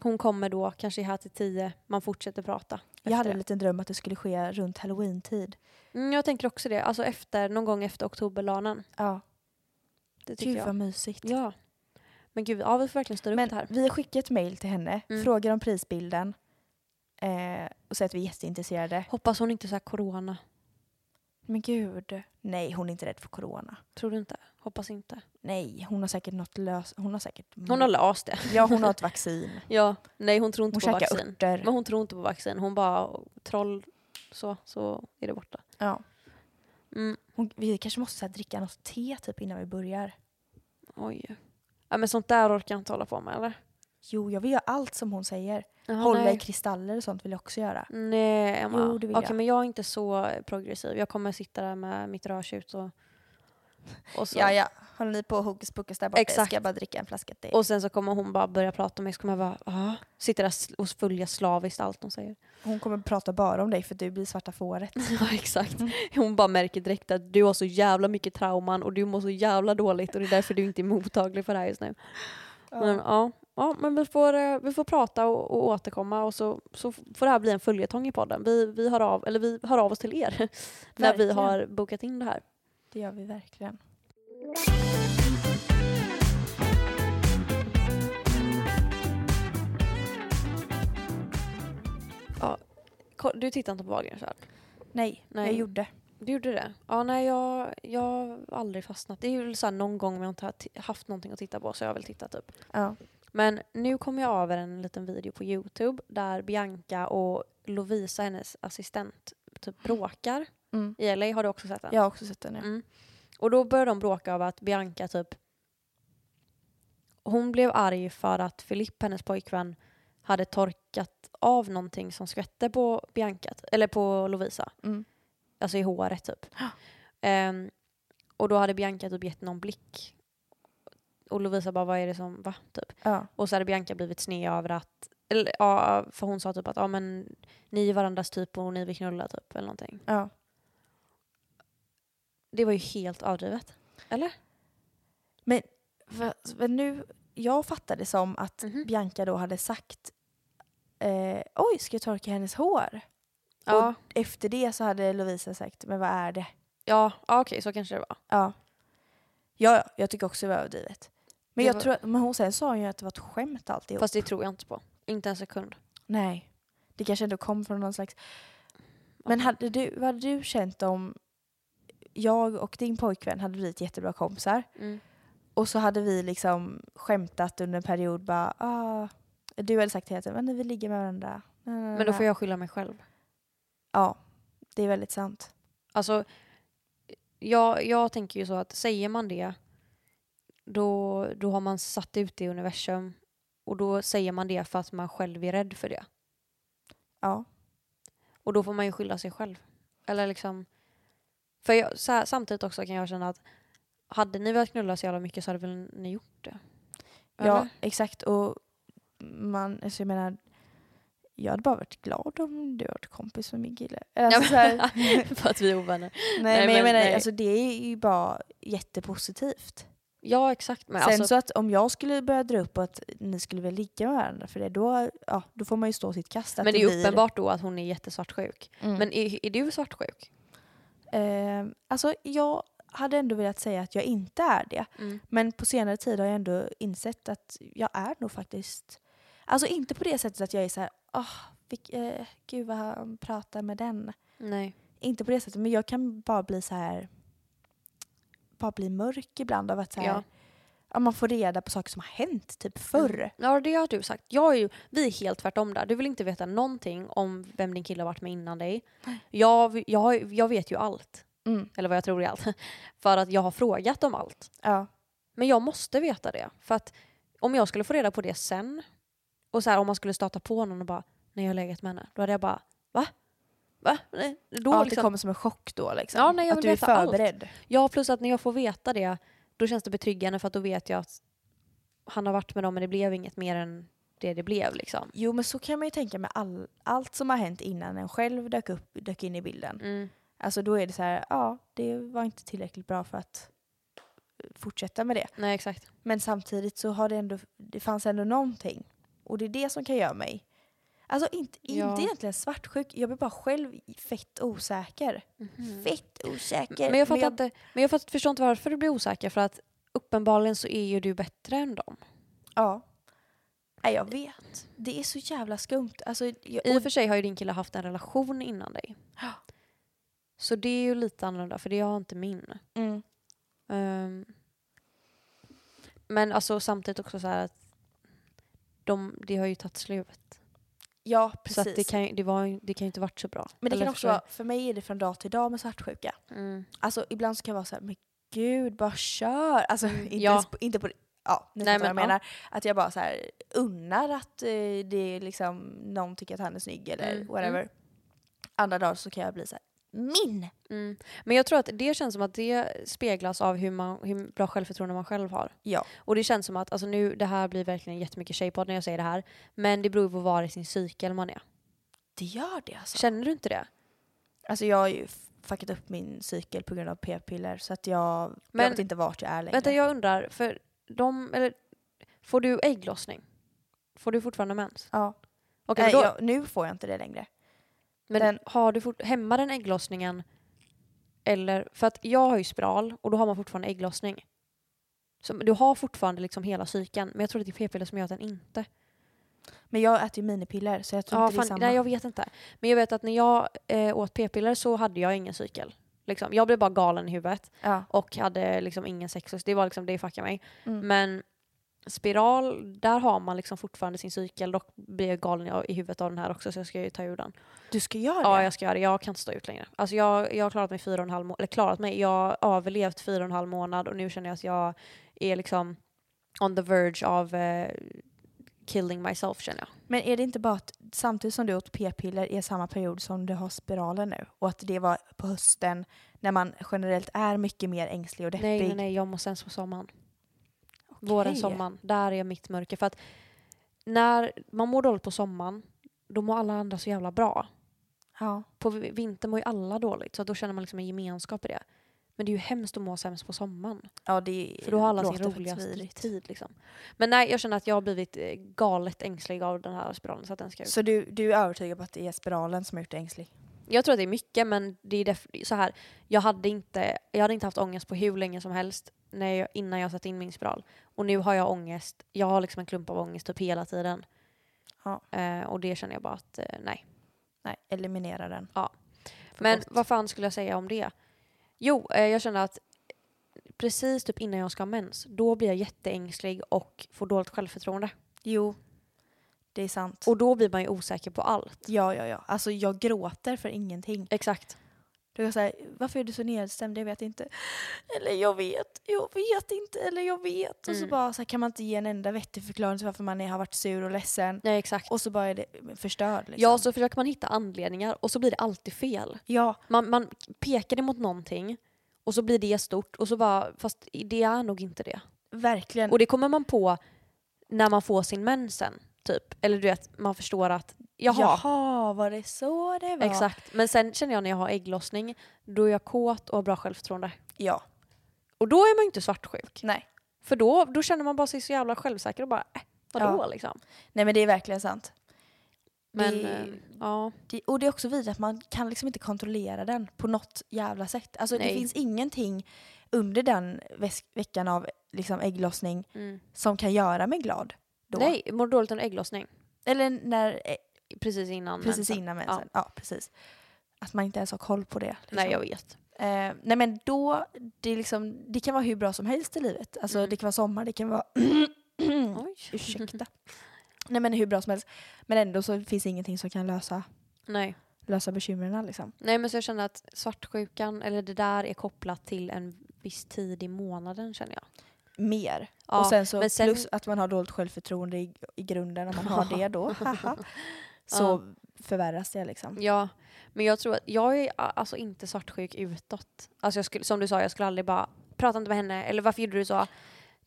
Speaker 2: Hon kommer då, kanske är här till tio, man fortsätter prata.
Speaker 1: Jag hade
Speaker 2: efter
Speaker 1: en
Speaker 2: det.
Speaker 1: liten dröm att det skulle ske runt halloween-tid.
Speaker 2: Mm, jag tänker också det, alltså efter, någon gång efter oktoberlanen.
Speaker 1: Ja,
Speaker 2: Det tycker
Speaker 1: gud vad
Speaker 2: jag.
Speaker 1: mysigt.
Speaker 2: Ja. Men gud, ja vi får verkligen styra upp
Speaker 1: Men
Speaker 2: det här.
Speaker 1: vi skickar ett mejl till henne,
Speaker 2: Mm.
Speaker 1: frågar om prisbilden eh, och säger att vi är jätteintresserade.
Speaker 2: Hoppas hon inte är så här corona.
Speaker 1: Men gud. Nej, hon är inte rädd för corona.
Speaker 2: Tror du inte? Hoppas inte.
Speaker 1: Mm. Nej, hon har säkert något lös... Hon har säkert...
Speaker 2: Hon har löst det.
Speaker 1: Ja, hon har ett vaccin.
Speaker 2: Ja, nej hon tror inte
Speaker 1: Hon
Speaker 2: på
Speaker 1: käkar
Speaker 2: vaccin.
Speaker 1: örter.
Speaker 2: Men hon tror inte på vaccin. Hon bara troll så, så är det borta.
Speaker 1: Ja.
Speaker 2: Mm.
Speaker 1: Hon, vi kanske måste så här, dricka något te typ innan vi börjar.
Speaker 2: Oj. Ja, men sånt där orkar jag inte hålla på med eller?
Speaker 1: Jo, jag vill göra allt som hon säger.
Speaker 2: Jaha,
Speaker 1: Hålla i
Speaker 2: nej. kristaller
Speaker 1: kristaller och sånt vill jag också göra.
Speaker 2: Nej Emma.
Speaker 1: Jo, det vill
Speaker 2: Okej
Speaker 1: jag.
Speaker 2: men jag är inte så progressiv. Jag kommer sitta där med mitt rödtjut och, och så.
Speaker 1: ja. håller ni på och hokus pokus där borta?
Speaker 2: Exakt.
Speaker 1: Ska jag bara dricka en flaska te?
Speaker 2: Och sen så kommer hon bara börja prata med mig så kommer jag bara ah, sitta där sl- och följa slaviskt allt hon säger.
Speaker 1: Hon kommer prata bara om dig för du blir svarta fåret.
Speaker 2: Ja exakt. Hon bara märker direkt att du har så jävla mycket trauman och du mår så jävla dåligt och det är därför du inte är mottaglig för det här just nu. Men, ja, ja, men vi får, eh, vi får prata och, och återkomma och så, så får det här bli en följetong i podden. Vi, vi, hör, av, eller vi hör av oss till er när vi
Speaker 1: Verkligen.
Speaker 2: har bokat in det här.
Speaker 1: Det gör vi verkligen.
Speaker 2: Ko- Du tittar inte på Wahlgrens värld?
Speaker 1: Nej,
Speaker 2: Nej.
Speaker 1: jag gjorde.
Speaker 2: Du gjorde det? Ja, nej jag, jag har aldrig fastnat. Det är ju så här någon gång jag inte har t- haft någonting att titta på så jag har väl tittat typ.
Speaker 1: Ja.
Speaker 2: Men nu kom jag över en liten video på Youtube där Bianca och Lovisa, hennes assistent, typ bråkar.
Speaker 1: Mm.
Speaker 2: I LA har du också sett den?
Speaker 1: Jag har också sett den. Ja.
Speaker 2: Mm. Och då började de bråka över att Bianca typ... Hon blev arg för att Filipp, hennes pojkvän, hade torkat av någonting som skvätte på Bianca, eller på Lovisa.
Speaker 1: Mm.
Speaker 2: Alltså i håret typ. Ehm, och då hade Bianca typ gett någon blick. Och Lovisa bara, vad är det som, va? Typ.
Speaker 1: Ja.
Speaker 2: Och så hade Bianca blivit sned över att, eller, ja, för hon sa typ att ja, men, ni är varandras typ och ni vill knulla typ eller någonting.
Speaker 1: Ja.
Speaker 2: Det var ju helt överdrivet. Eller?
Speaker 1: För, för nu, jag fattade det som att
Speaker 2: Mhm.
Speaker 1: Bianca då hade sagt eh, oj, ska jag torka hennes hår?
Speaker 2: Ja,
Speaker 1: Efter det så hade Lovisa sagt men vad är det?
Speaker 2: ja, ja okej så kanske det var.
Speaker 1: Ja. Ja, ja, jag tycker också det var överdrivet. Men,
Speaker 2: Det
Speaker 1: jag
Speaker 2: var-
Speaker 1: tror att, men hon sen sa hon ju att det var ett skämt alltihop.
Speaker 2: Fast det tror jag inte på. Inte en sekund.
Speaker 1: Nej. Det kanske ändå kom från någon slags... Men hade du, vad hade du känt om jag och din pojkvän hade blivit jättebra kompisar
Speaker 2: Mm.
Speaker 1: och så hade vi liksom skämtat under en period bara ah, du hade sagt hela tiden "Men vi ligger med varandra.
Speaker 2: Men då får jag skylla mig själv.
Speaker 1: Ja, det är väldigt sant.
Speaker 2: Alltså, jag, jag tänker ju så att säger man det då, då har man satt ut det i universum och då säger man det för att man själv är rädd för det.
Speaker 1: Ja.
Speaker 2: Och då får man ju skylla sig själv. Eller liksom... För jag, så här, samtidigt också kan jag känna att hade ni velat knulla så jävla mycket så hade väl ni gjort det?
Speaker 1: Ja,
Speaker 2: Eller?
Speaker 1: exakt. Och man, alltså jag menar, jag hade bara varit glad om du hade varit kompis med min kille. Alltså, så här, nej,
Speaker 2: för att vi är ovänner.
Speaker 1: men,
Speaker 2: men
Speaker 1: jag menar,
Speaker 2: nej.
Speaker 1: Alltså, det är ju bara jättepositivt.
Speaker 2: Ja, exakt. Men
Speaker 1: Sen
Speaker 2: alltså,
Speaker 1: så att om jag skulle börja dra upp att ni skulle vilja ligga med varandra för det, då, ja, då får man ju stå sitt kast. att
Speaker 2: men det är ju
Speaker 1: blir-
Speaker 2: uppenbart då att hon är jättesvartsjuk.
Speaker 1: Mm.
Speaker 2: Men är, är du svartsjuk?
Speaker 1: Eh, alltså jag hade ändå velat säga att jag inte är det.
Speaker 2: Mm.
Speaker 1: Men på senare tid har jag ändå insett att jag är nog faktiskt... Alltså inte på det sättet att jag är så här, "Ah, vilk, eh, gud vad han pratar med den.
Speaker 2: Nej.
Speaker 1: Inte på det sättet, men jag kan bara bli så här bara bli mörk ibland av att så här,
Speaker 2: Ja.
Speaker 1: ja. man får reda på saker som har hänt typ förr.
Speaker 2: Mm. Ja, det har du sagt. Jag är ju, vi är helt tvärtom där. Du vill inte veta någonting om vem din kille har varit med innan dig. Jag, jag, har ju- jag vet ju allt.
Speaker 1: Mm,
Speaker 2: Eller vad jag tror är allt. För att jag har frågat om allt.
Speaker 1: Ja.
Speaker 2: Men jag måste veta det. För att om jag skulle få reda på det sen och så här, om man skulle starta på någon och bara när jag har legat med henne, då hade jag bara va? Va? Nej. Då
Speaker 1: ja, att det
Speaker 2: liksom,
Speaker 1: kommer som en chock då liksom.
Speaker 2: Ja, nej, jag
Speaker 1: att
Speaker 2: vill
Speaker 1: du är
Speaker 2: veta allt.
Speaker 1: förberedd.
Speaker 2: ja, plus att när jag får veta det då känns det betryggande för att då vet jag att han har varit med dem men det blev inget mer än det det blev liksom.
Speaker 1: Jo men så kan man ju tänka med all, allt som har hänt innan en själv dök, upp, dök in i bilden.
Speaker 2: Mm.
Speaker 1: Alltså då är det så här, ja det var inte tillräckligt bra för att eh, fortsätta med det.
Speaker 2: Nej, exakt.
Speaker 1: Men samtidigt så har det ändå, det fanns ändå någonting. Och det är det som kan göra mig. Alltså inte,
Speaker 2: Ja.
Speaker 1: inte egentligen svartsjuk, jag blir bara själv fett osäker. Fett osäker.
Speaker 2: Mm-hmm. Mm. Men jag fattar inte, men jag fattar, förstår inte varför du blir osäker för att uppenbarligen så är ju du bättre än dem.
Speaker 1: Ja. Nej jag vet. Det är så jävla skumt. Alltså, jag,
Speaker 2: I
Speaker 1: och,
Speaker 2: och för sig har ju din kille haft en relation innan dig. Så det är ju lite annorlunda för det har inte min.
Speaker 1: mm,
Speaker 2: Ehm, men alltså samtidigt också så här att de, det har ju tagit slut.
Speaker 1: ja
Speaker 2: Så
Speaker 1: precis.
Speaker 2: att det, kan, ju- det, var, ju- det kan ju inte varit så bra.
Speaker 1: men det
Speaker 2: Eller
Speaker 1: kan också
Speaker 2: förstår jag?
Speaker 1: vara, för mig är det från dag till dag med svartsjuka.
Speaker 2: Mm.
Speaker 1: Alltså ibland så kan jag vara så här, men gud bara kör. Alltså inte,
Speaker 2: Mm, ja.
Speaker 1: ens på, inte på Ja, ni
Speaker 2: Nej,
Speaker 1: fattar vad jag
Speaker 2: men, ja.
Speaker 1: menar. Att jag bara så här unnar att eh, det är liksom någon tycker att han är snygg eller
Speaker 2: Mm,
Speaker 1: whatever. Andra dagar så kan jag bli så här, min.
Speaker 2: Mm. Men jag tror att det känns som att det speglas av hur, man, hur bra självförtroende man själv har.
Speaker 1: Ja.
Speaker 2: Och det känns som att, alltså nu, det här blir verkligen jättemycket tjejpodd när jag säger det här. Men det beror ju på var i sin cykel man är.
Speaker 1: Det gör det alltså.
Speaker 2: Känner du inte det?
Speaker 1: Alltså jag har ju f- fuckat upp min cykel på grund av p-piller så att jag, jag
Speaker 2: Men-
Speaker 1: vet inte vart jag är längre.
Speaker 2: Vänta jag undrar, för de, eller får du ägglossning? Får du fortfarande mens?
Speaker 1: ja.
Speaker 2: Okej,
Speaker 1: Nej,
Speaker 2: men då,
Speaker 1: jag, nu får jag inte det längre.
Speaker 2: men
Speaker 1: den-
Speaker 2: har du fort, hämmar den ägglossningen? Eller, för att jag har ju spiral och då har man fortfarande ägglossning. Så du har fortfarande liksom hela cykeln, men jag tror att det är p-piller som gör att den inte.
Speaker 1: Men jag äter ju minipiller så jag tror
Speaker 2: Ja,
Speaker 1: inte det är
Speaker 2: fan,
Speaker 1: samma.
Speaker 2: nej, jag vet inte. Men jag vet att när jag eh, åt p-piller så hade jag ingen cykel. Liksom. Jag blev bara galen i huvudet
Speaker 1: ja.
Speaker 2: och hade liksom ingen sex. och- Det var liksom, det fuckade mig.
Speaker 1: Mm.
Speaker 2: Men spiral, där har man liksom fortfarande sin cykel. Dock blir jag galen i- i huvudet av den här också så jag ska ju ta ur den.
Speaker 1: Du ska göra
Speaker 2: Ja,
Speaker 1: det?
Speaker 2: jag ska göra det. Jag kan inte stå ut längre. Alltså jag, jag har klarat mig fyra och en halv månad, eller klarat mig, jag har överlevt fyra och en halv månad och nu känner jag att jag är liksom on the verge av eh, killing myself känner jag.
Speaker 1: Men är det inte bara att samtidigt som du åt p-piller är samma period som du har spiralen nu? Och att det var på hösten när man generellt är mycket mer ängslig och deppig?
Speaker 2: Nej, nej, nej, jag måste ens på sommaren.
Speaker 1: Okej.
Speaker 2: Våren, sommaren. Där är mitt mörker. För att när man mår dåligt på sommaren, då mår alla andra så jävla bra.
Speaker 1: Ja.
Speaker 2: På vi- vintern mår ju alla dåligt, så att då känner man liksom en gemenskap i det. Men det är ju hemskt att må sämst på sommaren.
Speaker 1: ja, det
Speaker 2: För då har alla sin
Speaker 1: låter faktiskt
Speaker 2: roligaste
Speaker 1: vidrigt.
Speaker 2: tid. Liksom. Men nej, jag känner att jag har blivit eh, galet ängslig av den här spiralen. Så att den ska ut.
Speaker 1: Så du, du är övertygad på att det är spiralen som har gjort dig ängslig?
Speaker 2: Jag tror att det är mycket, men det är def- så här. Jag hade, inte, jag hade inte haft ångest på hur länge som helst när jag, innan jag satte in min spiral. Och nu har jag ångest. Jag har liksom en klump av ångest typ hela tiden.
Speaker 1: Ja.
Speaker 2: Eh, och det känner jag bara att eh, nej.
Speaker 1: Nej, eliminera den.
Speaker 2: Ja.
Speaker 1: För
Speaker 2: Men
Speaker 1: gott.
Speaker 2: vad fan skulle jag säga om det? Jo, eh, jag känner att precis typ innan jag ska ha mens, då blir jag jätteängslig och får dåligt självförtroende.
Speaker 1: Jo, det är sant.
Speaker 2: Och då blir man ju osäker på allt.
Speaker 1: ja, ja, ja. Alltså jag gråter för ingenting.
Speaker 2: Exakt.
Speaker 1: Du kan säga, varför är du så nedstämd? Jag vet inte. Eller jag vet, jag vet inte, eller jag vet. Och så
Speaker 2: Mm.
Speaker 1: bara så här, kan man inte ge en enda vettig förklaring till varför man är- har varit sur och ledsen.
Speaker 2: Nej, exakt.
Speaker 1: Och så bara är det förstörd. Liksom.
Speaker 2: Ja, så försöker man hitta anledningar och så blir det alltid fel.
Speaker 1: ja,
Speaker 2: Man, man pekar det mot någonting och så blir det stort och så bara, fast det är nog inte det.
Speaker 1: verkligen.
Speaker 2: Och det kommer man på när man får sin mensen, typ. Eller du vet, man förstår att jaha,
Speaker 1: Jaha, var det så det var?
Speaker 2: exakt. Men sen känner jag när jag har ägglossning, då är jag kåt och har bra självförtroende.
Speaker 1: Ja,
Speaker 2: Och då är man ju inte svartsjuk.
Speaker 1: nej.
Speaker 2: För då, då känner man bara sig så jävla självsäker och bara, äh, vadå
Speaker 1: Ja.
Speaker 2: liksom.
Speaker 1: Nej men det är verkligen sant.
Speaker 2: Men
Speaker 1: Det-
Speaker 2: eh, ja,
Speaker 1: Det, och det är också vidare att man kan liksom inte kontrollera den på något jävla sätt. Alltså det
Speaker 2: Nej.
Speaker 1: finns ingenting under den väs- veckan av liksom ägglossning
Speaker 2: mm.
Speaker 1: som kan göra mig glad. Då.
Speaker 2: nej, mår dåligt under ägglossning.
Speaker 1: Eller när ä-
Speaker 2: Precis innan
Speaker 1: Precis
Speaker 2: mensen.
Speaker 1: innan mensen. Ja. precis. Att man inte ens har koll på det. liksom.
Speaker 2: Nej, jag vet.
Speaker 1: eh, nej men då, det, är liksom, det kan vara hur bra som helst i livet. Alltså
Speaker 2: Mm.
Speaker 1: det kan vara sommar, det kan vara...
Speaker 2: Oj.
Speaker 1: Mm. ursäkta. nej men hur bra som helst. Men ändå så finns ingenting som kan lösa,
Speaker 2: Nej.
Speaker 1: lösa bekymren liksom.
Speaker 2: Nej, men så jag känner att svartsjukan, eller det där är kopplat till en viss tid i månaden känner jag.
Speaker 1: Mer.
Speaker 2: Ja,
Speaker 1: och sen så
Speaker 2: men sen-
Speaker 1: plus att man har dåligt självförtroende i, i grunden om man har det då. haha, så
Speaker 2: Ja.
Speaker 1: förvärras det liksom.
Speaker 2: Ja, men jag tror att jag är a- alltså inte svartsjuk utåt. Alltså jag skulle, som du sa, jag skulle aldrig bara prata inte med henne eller varför gjorde du så?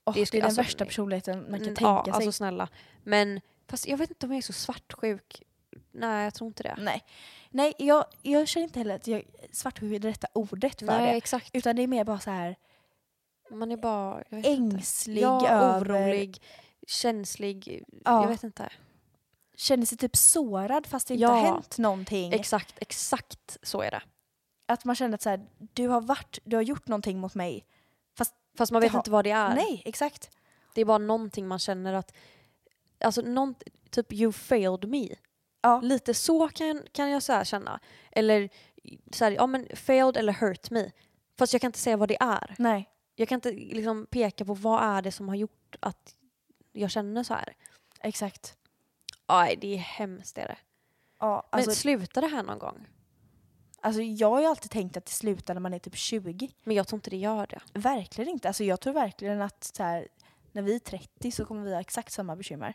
Speaker 1: Åh, det,
Speaker 2: Det skulle-
Speaker 1: är den
Speaker 2: alltså,
Speaker 1: värsta personligheten man kan
Speaker 2: Mm,
Speaker 1: tänka
Speaker 2: ja,
Speaker 1: sig.
Speaker 2: alltså snälla. Men fast jag vet inte om jag är så svartsjuk. Nej, jag tror inte det.
Speaker 1: Nej, Nej jag, jag känner inte heller att jag, svartsjuk är det rätta ordet för
Speaker 2: Nej,
Speaker 1: det.
Speaker 2: exakt.
Speaker 1: Utan det är mer bara så här
Speaker 2: Man är bara... Jag vet inte.
Speaker 1: ängslig
Speaker 2: Ja,
Speaker 1: över...
Speaker 2: orolig, känslig.
Speaker 1: Ja.
Speaker 2: Jag vet inte.
Speaker 1: Känner sig typ sårad fast det inte
Speaker 2: Ja.
Speaker 1: har hänt någonting.
Speaker 2: Exakt, exakt så är det.
Speaker 1: att man känner att så här, du, har varit, du har gjort någonting mot mig.
Speaker 2: Fast man vet
Speaker 1: Jaha.
Speaker 2: inte vad det är.
Speaker 1: Nej, exakt.
Speaker 2: Det är bara någonting man känner att, alltså någon, typ you failed me.
Speaker 1: Ja.
Speaker 2: Lite så kan, kan jag så här känna. Eller så här, ja men failed eller hurt me. Fast jag kan inte säga vad det är.
Speaker 1: Nej.
Speaker 2: Jag kan inte liksom peka på vad är det som har gjort att jag känner så här.
Speaker 1: Exakt.
Speaker 2: Aj, det är hemskt det är det.
Speaker 1: Ja,
Speaker 2: Men
Speaker 1: alltså,
Speaker 2: sluta det här någon gång.
Speaker 1: alltså, jag har ju alltid tänkt att det slutar när man är typ 20.
Speaker 2: Men jag tror inte det gör det.
Speaker 1: Verkligen inte. Alltså, jag tror verkligen att så här, när vi är 30 så kommer vi ha exakt samma bekymmer.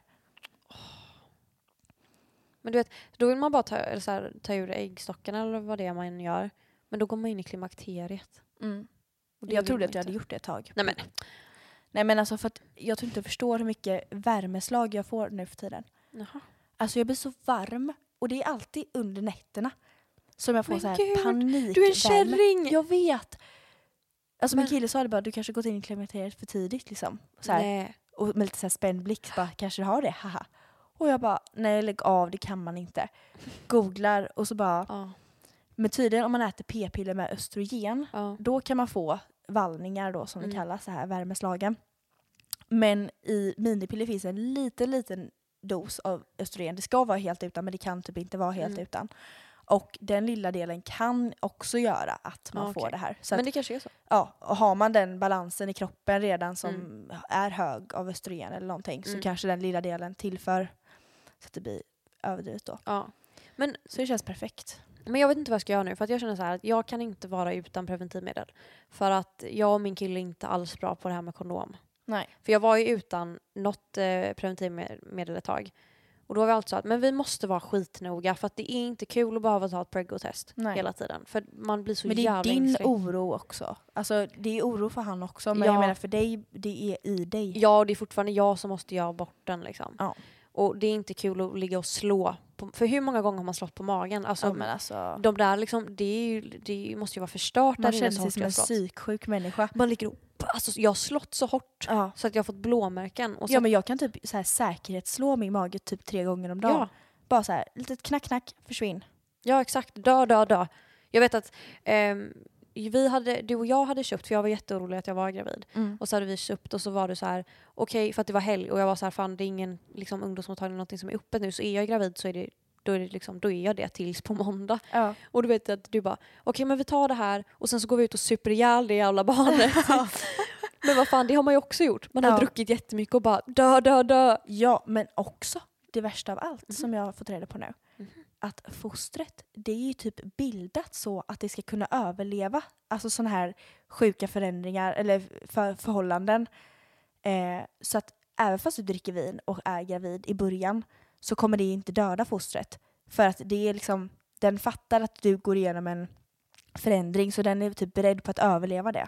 Speaker 2: Men du vet, då vill man bara ta, eller så här, ta ur äggstockarna eller vad det är man gör. Men då går man in i klimakteriet.
Speaker 1: Mm.
Speaker 2: Och det
Speaker 1: Jag
Speaker 2: vill
Speaker 1: trodde
Speaker 2: man
Speaker 1: att jag hade
Speaker 2: inte.
Speaker 1: gjort det ett tag.
Speaker 2: Nej men,
Speaker 1: Nej men alltså för att jag tror inte jag förstår hur mycket värmeslag jag får nu för tiden.
Speaker 2: jaha.
Speaker 1: Alltså jag blir så varm och det är alltid under nätterna som jag får
Speaker 2: Men
Speaker 1: så
Speaker 2: gud,
Speaker 1: här panikvärme.
Speaker 2: Du är en kärring!
Speaker 1: Jag vet! Alltså
Speaker 2: Men-
Speaker 1: min kille sa det bara, du kanske gått in i klimakteriet för tidigt liksom. Så här,
Speaker 2: Nej.
Speaker 1: och med lite så här spänd blick, så bara, kanske du har det, haha. Och jag bara, nej lägg av, det kan man inte. Googlar och så bara,
Speaker 2: Ja,
Speaker 1: men tydligen om man äter p-piller med östrogen,
Speaker 2: ja.
Speaker 1: då kan man få vallningar då som
Speaker 2: Mm.
Speaker 1: det kallas, så här värmeslagen. Men i minipiller finns en liten, liten dos av östrogen. Det ska vara helt utan men det kan typ inte vara helt
Speaker 2: Mm.
Speaker 1: utan. Och den lilla delen kan också göra att man
Speaker 2: Ja,
Speaker 1: får
Speaker 2: Ah, okej.
Speaker 1: det här. Så
Speaker 2: Men
Speaker 1: att,
Speaker 2: det kanske är så.
Speaker 1: ja, och har man den balansen i kroppen redan som är hög av östrogen eller någonting
Speaker 2: Mm.
Speaker 1: så kanske den lilla delen tillför så att det blir överdrivet då.
Speaker 2: Ja. Men
Speaker 1: Så det känns perfekt.
Speaker 2: Men jag vet inte vad jag ska göra nu för att jag känner så här att jag kan inte vara utan preventivmedel. För att jag och min kille är inte alls bra på det här med kondom.
Speaker 1: Nej.
Speaker 2: För jag var ju utan något eh, preventivmedel ett tag. Och då har vi alltid sagt men vi måste vara skitnoga för att det är inte kul att behöva ta ett preggo-test
Speaker 1: Nej.
Speaker 2: hela tiden. För man blir så
Speaker 1: Men det
Speaker 2: jävla
Speaker 1: är din
Speaker 2: ängslig.
Speaker 1: oro också. Alltså det är oro för han också men
Speaker 2: Ja.
Speaker 1: jag menar för dig, det är i dig.
Speaker 2: Ja, och det är fortfarande jag som måste göra aborten liksom.
Speaker 1: Ja.
Speaker 2: Och det är inte kul att ligga och slå. På, för hur många gånger har man slått på magen? Alltså,
Speaker 1: Ja, men alltså,
Speaker 2: De där liksom, det, är ju, det måste ju vara förstört
Speaker 1: man
Speaker 2: där inne
Speaker 1: känner
Speaker 2: så
Speaker 1: sig
Speaker 2: hårt
Speaker 1: som
Speaker 2: jag
Speaker 1: en
Speaker 2: slått.
Speaker 1: psyksjuk människa.
Speaker 2: Man ligger och... Alltså jag har slått så hårt
Speaker 1: Ja.
Speaker 2: så att jag har fått blåmärken. Och så
Speaker 1: ja men jag kan typ så här säkerhetsslå min mage typ tre gånger om dagen.
Speaker 2: ja,
Speaker 1: Bara så här, litet knack knack, försvinn.
Speaker 2: ja, exakt. Dö, dö, dö. Jag vet att ehm, vi hade, du och jag hade köpt, för jag var jätteorolig att jag var gravid. Och så hade vi köpt och så var det så här, okej, för att det var helg och jag var så här, fan det är ingen liksom, ungdomsmottagning eller någonting som är öppet nu så är jag gravid så är det då är, det liksom, då är jag det tills på måndag.
Speaker 1: Ja.
Speaker 2: Och du vet att du bara, okej men vi tar det här och sen så går vi ut och super ihjäl det jävla barnet. men vad fan, det har man ju också gjort. Man har
Speaker 1: Ja.
Speaker 2: druckit jättemycket och bara dö, dö, dö.
Speaker 1: ja men också det värsta av allt
Speaker 2: Mhm.
Speaker 1: som jag har fått reda på nu. Att fostret det är ju typ bildat så att det ska kunna överleva alltså sådana här sjuka förändringar eller för, förhållanden. Eh, så att även fast du dricker vin och är gravid i början så kommer det inte döda fostret. För att det är liksom, den fattar att du går igenom en förändring så den är typ beredd på att överleva det.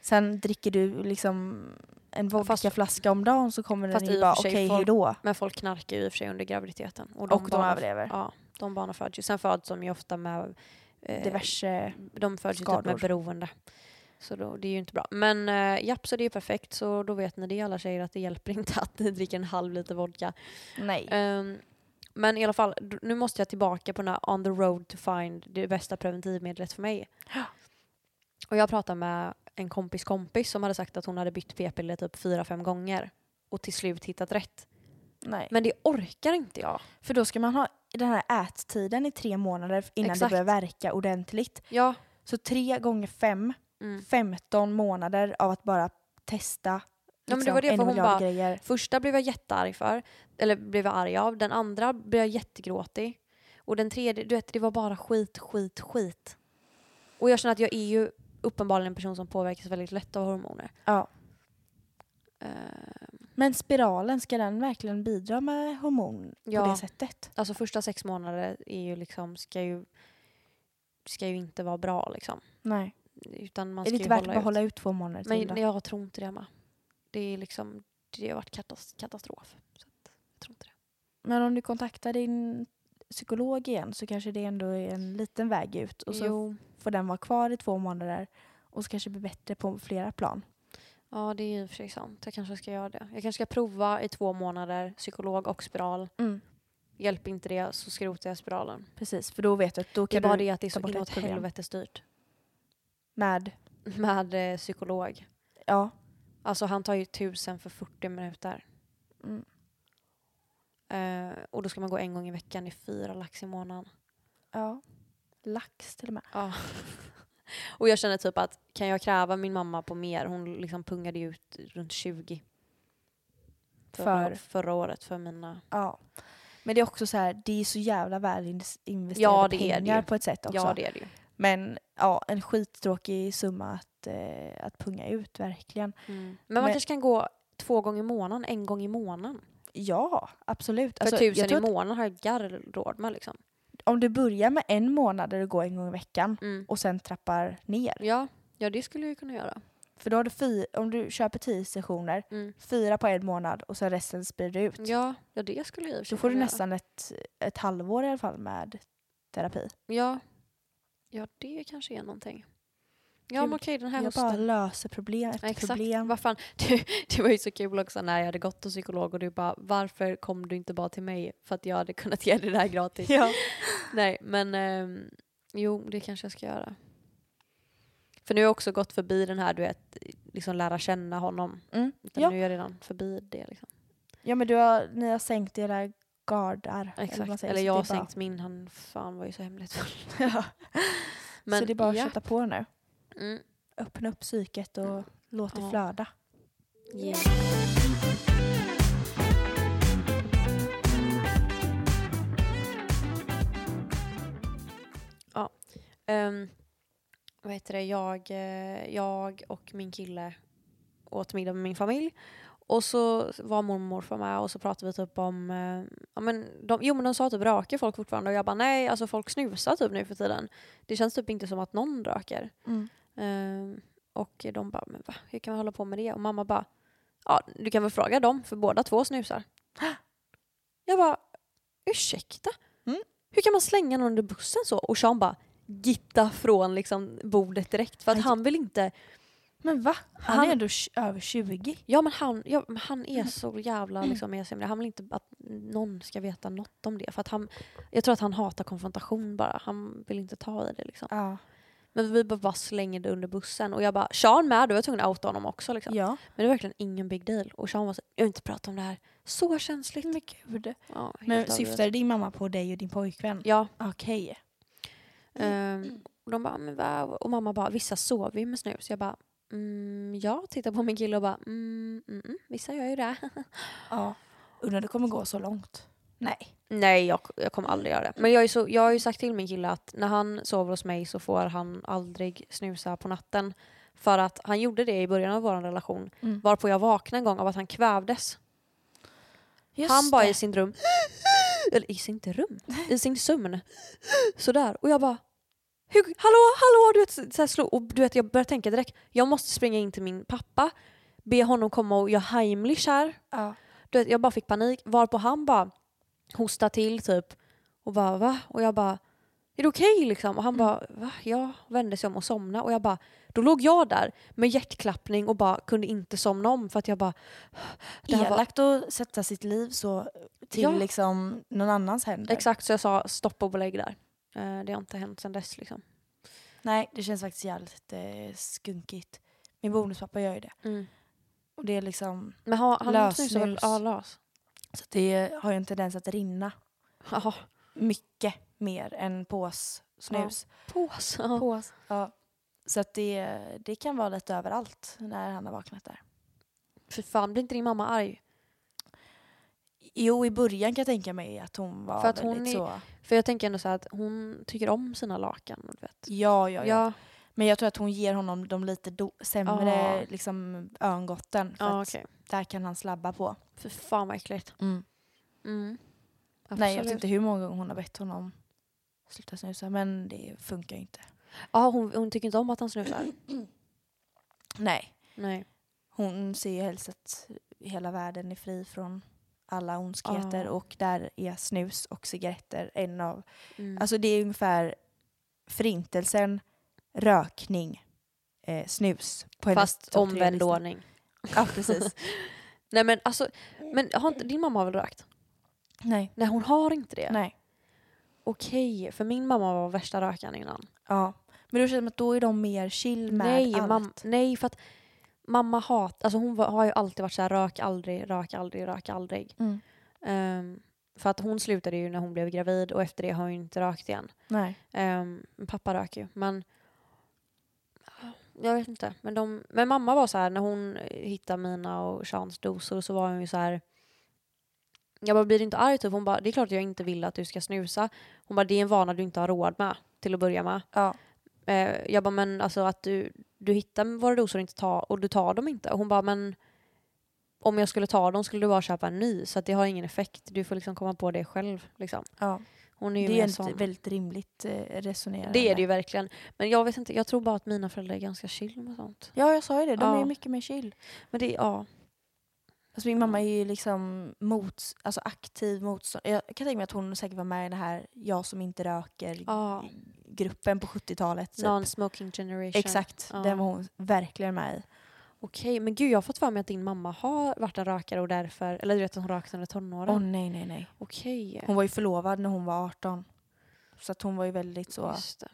Speaker 1: Sen dricker du liksom en
Speaker 2: Ja, fast-
Speaker 1: vodkaflaska om dagen så kommer
Speaker 2: fast
Speaker 1: den
Speaker 2: i
Speaker 1: ju
Speaker 2: och
Speaker 1: bara
Speaker 2: för sig
Speaker 1: okej, hur
Speaker 2: folk-
Speaker 1: då?
Speaker 2: Men folk knarkar ju i och för sig under graviditeten. Och
Speaker 1: Och de
Speaker 2: barnen-
Speaker 1: överlever.
Speaker 2: Ja, de barnen föds ju. Sen föds de ju ofta med... eh,
Speaker 1: Diverse...
Speaker 2: de föds ju typ med
Speaker 1: skador.
Speaker 2: beroende. Så då, det är ju inte bra. Men eh, japp, så det är perfekt. Så då vet ni det alla tjejer att det hjälper inte att ni dricker en halv liter vodka.
Speaker 1: Nej.
Speaker 2: Ehm, men i alla fall, d- nu måste jag tillbaka på den här on the road to find det bästa preventivmedlet för mig. Och jag pratade med en kompis kompis som hade sagt att hon hade bytt p-piller typ fyra, fem gånger och till slut hittat rätt.
Speaker 1: Nej.
Speaker 2: Men det orkar inte jag.
Speaker 1: För då ska man ha den här ättiden i tre månader innan det
Speaker 2: Exakt.
Speaker 1: börjar verka ordentligt.
Speaker 2: Ja.
Speaker 1: Så tre gånger fem,
Speaker 2: Mm.
Speaker 1: 15 månader av att bara testa
Speaker 2: Ja, men det
Speaker 1: liksom,
Speaker 2: var det, för
Speaker 1: en
Speaker 2: hon
Speaker 1: miljard
Speaker 2: bara-
Speaker 1: grejer.
Speaker 2: Första blev jag jättearg för, eller blev jag arg av. Den andra blev jag jättegråtig. Och den tredje, du vet det var bara skit, skit, skit. Och jag känner att jag är ju uppenbarligen en person som påverkas väldigt lätt av hormoner.
Speaker 1: Ja.
Speaker 2: Eh,
Speaker 1: Men spiralen, ska den verkligen bidra med hormon
Speaker 2: Ja.
Speaker 1: på det sättet?
Speaker 2: alltså första sex månader är ju liksom, ska ju, ska ju inte vara bra liksom.
Speaker 1: Nej.
Speaker 2: Utan man
Speaker 1: Är
Speaker 2: ska
Speaker 1: det inte
Speaker 2: ju
Speaker 1: värt att bara
Speaker 2: hålla
Speaker 1: hålla ut två månader
Speaker 2: ut.
Speaker 1: till
Speaker 2: Men
Speaker 1: då?
Speaker 2: jag tror inte det med. Det är liksom, det har varit katas- katastrof. Så att, jag tror inte det.
Speaker 1: Men om du kontaktar din psykolog igen så kanske det ändå är en liten väg ut. Och så
Speaker 2: jo,
Speaker 1: får den vara kvar i två månader och så kanske blir bättre på flera plan.
Speaker 2: Ja, det är ju i och för sig sant. Jag kanske ska göra det. Jag kanske ska prova i två månader, psykolog och spiral. Hjälper inte det så skrotar jag spiralen.
Speaker 1: Precis, för då vet du att då
Speaker 2: Det är
Speaker 1: kan
Speaker 2: bara
Speaker 1: du
Speaker 2: det att det är
Speaker 1: ta
Speaker 2: så
Speaker 1: bort
Speaker 2: inåt
Speaker 1: ett problem.
Speaker 2: helvete styrt
Speaker 1: med,
Speaker 2: med eh, psykolog.
Speaker 1: ja,
Speaker 2: Alltså han tar ju tusen för 40 minuter.
Speaker 1: Mm.
Speaker 2: Eh, och då ska man gå en gång i veckan i fyra lax i månaden.
Speaker 1: ja, lax till och med.
Speaker 2: Ja. och jag känner typ att kan jag kräva min mamma på mer? Hon liksom pungade ju ut runt 20. Förra,
Speaker 1: För?
Speaker 2: förra året för mina
Speaker 1: Ja. Men det är också så här, det är så jävla väl in- investerade
Speaker 2: Ja, det är det
Speaker 1: pengar
Speaker 2: ju.
Speaker 1: på ett sätt också.
Speaker 2: Ja det är det ju.
Speaker 1: Men ja, en skittråkig summa att, eh, att punga ut verkligen.
Speaker 2: Men man
Speaker 1: Mm. Men-
Speaker 2: kanske kan gå två gånger i månaden, en gång i månaden.
Speaker 1: Ja, absolut.
Speaker 2: För
Speaker 1: Alltså, jag
Speaker 2: tusen
Speaker 1: tror
Speaker 2: i
Speaker 1: att-
Speaker 2: månaden har jag garvråd med liksom.
Speaker 1: om du börjar med en månad där du går en gång i veckan
Speaker 2: Mm.
Speaker 1: och sen trappar ner.
Speaker 2: Ja, ja, det skulle jag ju kunna göra.
Speaker 1: För då har du fy, om du köper tio sessioner,
Speaker 2: Mm.
Speaker 1: fyra på en månad och sen resten sprider du ut.
Speaker 2: Ja, ja, det skulle jag i och för
Speaker 1: Då
Speaker 2: sig
Speaker 1: får du
Speaker 2: kunna göra.
Speaker 1: nästan ett, ett halvår i alla fall med terapi.
Speaker 2: Ja. ja, det kanske är någonting. Ja,
Speaker 1: Kul.
Speaker 2: men okej, den här
Speaker 1: Jag
Speaker 2: hösten.
Speaker 1: bara löser problem efter
Speaker 2: Ja, Exakt,
Speaker 1: problem.
Speaker 2: vad fan. Det, det var ju så kul också när jag hade gått till psykolog och du bara varför kom du inte bara till mig för att jag hade kunnat ge dig det här gratis.
Speaker 1: Ja.
Speaker 2: Nej men ehm, jo det kanske jag ska göra. För nu har jag också gått förbi den här du vet, liksom lära känna honom.
Speaker 1: Mm.
Speaker 2: Utan
Speaker 1: Ja.
Speaker 2: Nu är jag redan förbi det liksom.
Speaker 1: ja, men du har, ni har sänkt era gardar. vad man
Speaker 2: Exakt.
Speaker 1: säger.
Speaker 2: Eller
Speaker 1: Så
Speaker 2: jag
Speaker 1: det är
Speaker 2: har
Speaker 1: bara-
Speaker 2: sänkt min, han fan var ju så hemligt.
Speaker 1: Ja.
Speaker 2: men
Speaker 1: så det är bara att
Speaker 2: ja.
Speaker 1: köta på nu.
Speaker 2: Mm.
Speaker 1: Öppna upp psyket och
Speaker 2: Mm.
Speaker 1: låt det
Speaker 2: Ja.
Speaker 1: flöda.
Speaker 2: Yeah. Ja. ehm, vad heter det? Jag, eh, jag och min kille åt middag med min familj. Och så var mormor och morfar med och så pratade vi typ om... eh, ja, men de, jo men de sa typ röker folk fortfarande och jag bara nej alltså folk snusar typ nu för tiden. Det känns typ inte som att någon röker. Ehm, och de bara, men va, hur kan man hålla på med det? Och mamma bara, ja du kan väl fråga dem för båda två snusar. Jag bara, ursäkta?
Speaker 1: Mm.
Speaker 2: Hur kan man slänga någon under bussen så? Och Sean bara, gitta från liksom bordet direkt. För att
Speaker 1: Nej,
Speaker 2: han vill inte,
Speaker 1: Men va? Han,
Speaker 2: Han-
Speaker 1: är ändå tj- över 20.
Speaker 2: ja men han, ja, men han är
Speaker 1: Mm.
Speaker 2: så jävla liksom, mesig med det. Han vill inte att någon ska veta något om det. För att han, jag tror att han hatar konfrontation bara. Han vill inte ta i det liksom.
Speaker 1: Ja.
Speaker 2: Men vi bara, bara slänger det under bussen. Och jag bara, Sean med, då var jag tvungen att outa honom också liksom.
Speaker 1: ja.
Speaker 2: Men det var verkligen ingen big deal. Och Sean var så jag vill inte prata om det här. Så känsligt.
Speaker 1: Men gud.
Speaker 2: Ja, helt
Speaker 1: Men
Speaker 2: överdrivet.
Speaker 1: syftade din mamma på dig och din pojkvän?
Speaker 2: Ja.
Speaker 1: Okej.
Speaker 2: ehm, och de bara, men wow. Och mamma bara, vissa sover ju med snus. Jag bara, mm, ja. Tittar på min kille och bara, mm, mm, mm, vissa gör ju det.
Speaker 1: Ja. Undrar det kommer gå så långt. Nej.
Speaker 2: Nej, jag, jag kommer aldrig göra det. Men jag, är så, jag har ju sagt till min kille att när han sover hos mig så får han aldrig snusa på natten. För att han gjorde det i början av vår relation.
Speaker 1: Mm.
Speaker 2: Varpå jag vaknade en gång av att han kvävdes.
Speaker 1: Just
Speaker 2: han bara
Speaker 1: det.
Speaker 2: i sin rum. Eller i sitt rum. I sin sömn. Sådär. Och jag bara. Hur, hallå, hallå! Du vet, så här slog, och du vet, jag började tänka direkt. Jag måste springa in till min pappa. Be honom komma och göra Heimlich här.
Speaker 1: Ja.
Speaker 2: Du vet, jag bara fick panik. Varpå han bara hostade till typ. Och bara va? Och jag bara. Är det okej liksom? Och han bara va? Jag vände sig om och somnade. Och jag bara. Då låg jag där med hjärtklappning och bara kunde inte somna om. För att jag bara. Det här var-
Speaker 1: Elakt att sätta sitt liv så till
Speaker 2: Ja.
Speaker 1: liksom någon annans händer.
Speaker 2: Exakt, så jag sa stopp och belägg där. Eh, Det har inte hänt sedan dess. Liksom.
Speaker 1: Nej, det känns faktiskt jävligt eh, skunkigt. Min bonuspappa gör ju det. Och det är liksom,
Speaker 2: Men har, han
Speaker 1: Lös
Speaker 2: snusar väl?
Speaker 1: snus.
Speaker 2: Ja, lös.
Speaker 1: så att det har ju en tendens att rinna
Speaker 2: Ja,
Speaker 1: mycket mer än pås snus.
Speaker 2: pås. Ja.
Speaker 1: Pås. Ja. Så att det, det kan vara lite överallt när han har vaknat där.
Speaker 2: För fan, blir inte din mamma arg?
Speaker 1: Jo, i början kan jag tänka mig att hon var
Speaker 2: För att hon
Speaker 1: väldigt
Speaker 2: är-
Speaker 1: så.
Speaker 2: För jag tänker ändå så här att hon tycker om sina lakan. Du vet.
Speaker 1: Ja, ja, ja,
Speaker 2: ja.
Speaker 1: Men jag tror att hon ger honom de lite do- sämre
Speaker 2: Ja.
Speaker 1: liksom, örngotten. För
Speaker 2: ja
Speaker 1: att
Speaker 2: okej.
Speaker 1: där kan han slabba på.
Speaker 2: Fy fan vad äckligt. Mm.
Speaker 1: Nej, jag vet
Speaker 2: Absolut.
Speaker 1: inte hur många gånger hon har bett honom sluta snusa, men det funkar ju inte.
Speaker 2: Ja, hon, hon tycker inte om att han snusar.
Speaker 1: Nej,
Speaker 2: Nej.
Speaker 1: hon ser ju helst att hela världen är fri från alla ondskheter
Speaker 2: Ja.
Speaker 1: och där är snus och cigaretter en av...
Speaker 2: Mm.
Speaker 1: Alltså det är ungefär förintelsen, rökning, eh, snus. På hennes
Speaker 2: Fast
Speaker 1: topp tre
Speaker 2: omvänd
Speaker 1: lista.
Speaker 2: ordning.
Speaker 1: Ja, precis.
Speaker 2: Nej men alltså, men har inte, din mamma har väl rökt?
Speaker 1: Nej.
Speaker 2: Nej hon har inte det.
Speaker 1: Nej.
Speaker 2: Okej, för min mamma var värsta rökaren innan.
Speaker 1: Ja. Men då känner man att då är de mer chill med
Speaker 2: nej,
Speaker 1: allt.
Speaker 2: mam- nej, för att mamma hat, alltså hon var, har ju alltid varit så här rök aldrig, rök aldrig, rök aldrig.
Speaker 1: Mm.
Speaker 2: Ehm, för att hon slutade ju när hon blev gravid och efter det har hon ju inte rökt igen.
Speaker 1: Nej.
Speaker 2: Ehm, pappa röker ju, men jag vet inte. Men, de, men mamma var så här, när hon eh, hittade mina och Seans dosor så var hon ju så här jag bara, blir du inte arg? Typ. Hon bara, det är klart jag inte vill att du ska snusa. Hon bara, det är en vana du inte har råd med till att börja med.
Speaker 1: Ja.
Speaker 2: Eh, jag bara, men alltså att du, du hittar våra doser och, inte ta, och du tar dem inte. Och hon bara, men om jag skulle ta dem skulle du bara köpa en ny så att det har ingen effekt. Du får liksom komma på det själv. Liksom.
Speaker 1: ja.
Speaker 2: Hon är ju
Speaker 1: Det är
Speaker 2: mer
Speaker 1: ett
Speaker 2: sån.
Speaker 1: väldigt rimligt eh, resonerande.
Speaker 2: Det är det ju verkligen. Men jag vet inte, jag tror bara att mina föräldrar är ganska chill med sånt.
Speaker 1: Ja, jag sa ju det. De är
Speaker 2: Ja.
Speaker 1: ju mycket mer chill.
Speaker 2: Men det, ja.
Speaker 1: Alltså min mamma är ju liksom mot, alltså aktiv motstånd. Jag kan tänka mig att hon säkert var med i den här jag som inte röker-gruppen
Speaker 2: ja.
Speaker 1: på 70-talet. Typ.
Speaker 2: Non-smoking generation.
Speaker 1: Exakt,
Speaker 2: Ja.
Speaker 1: den var hon verkligen med i.
Speaker 2: Okej, men gud jag har fått för mig att din mamma har varit en rökare och därför, eller du vet att hon rökte under tonåren.
Speaker 1: Åh nej, nej, nej.
Speaker 2: Okej.
Speaker 1: Hon var ju förlovad när hon var 18. Så att hon var ju väldigt så,
Speaker 2: Just det.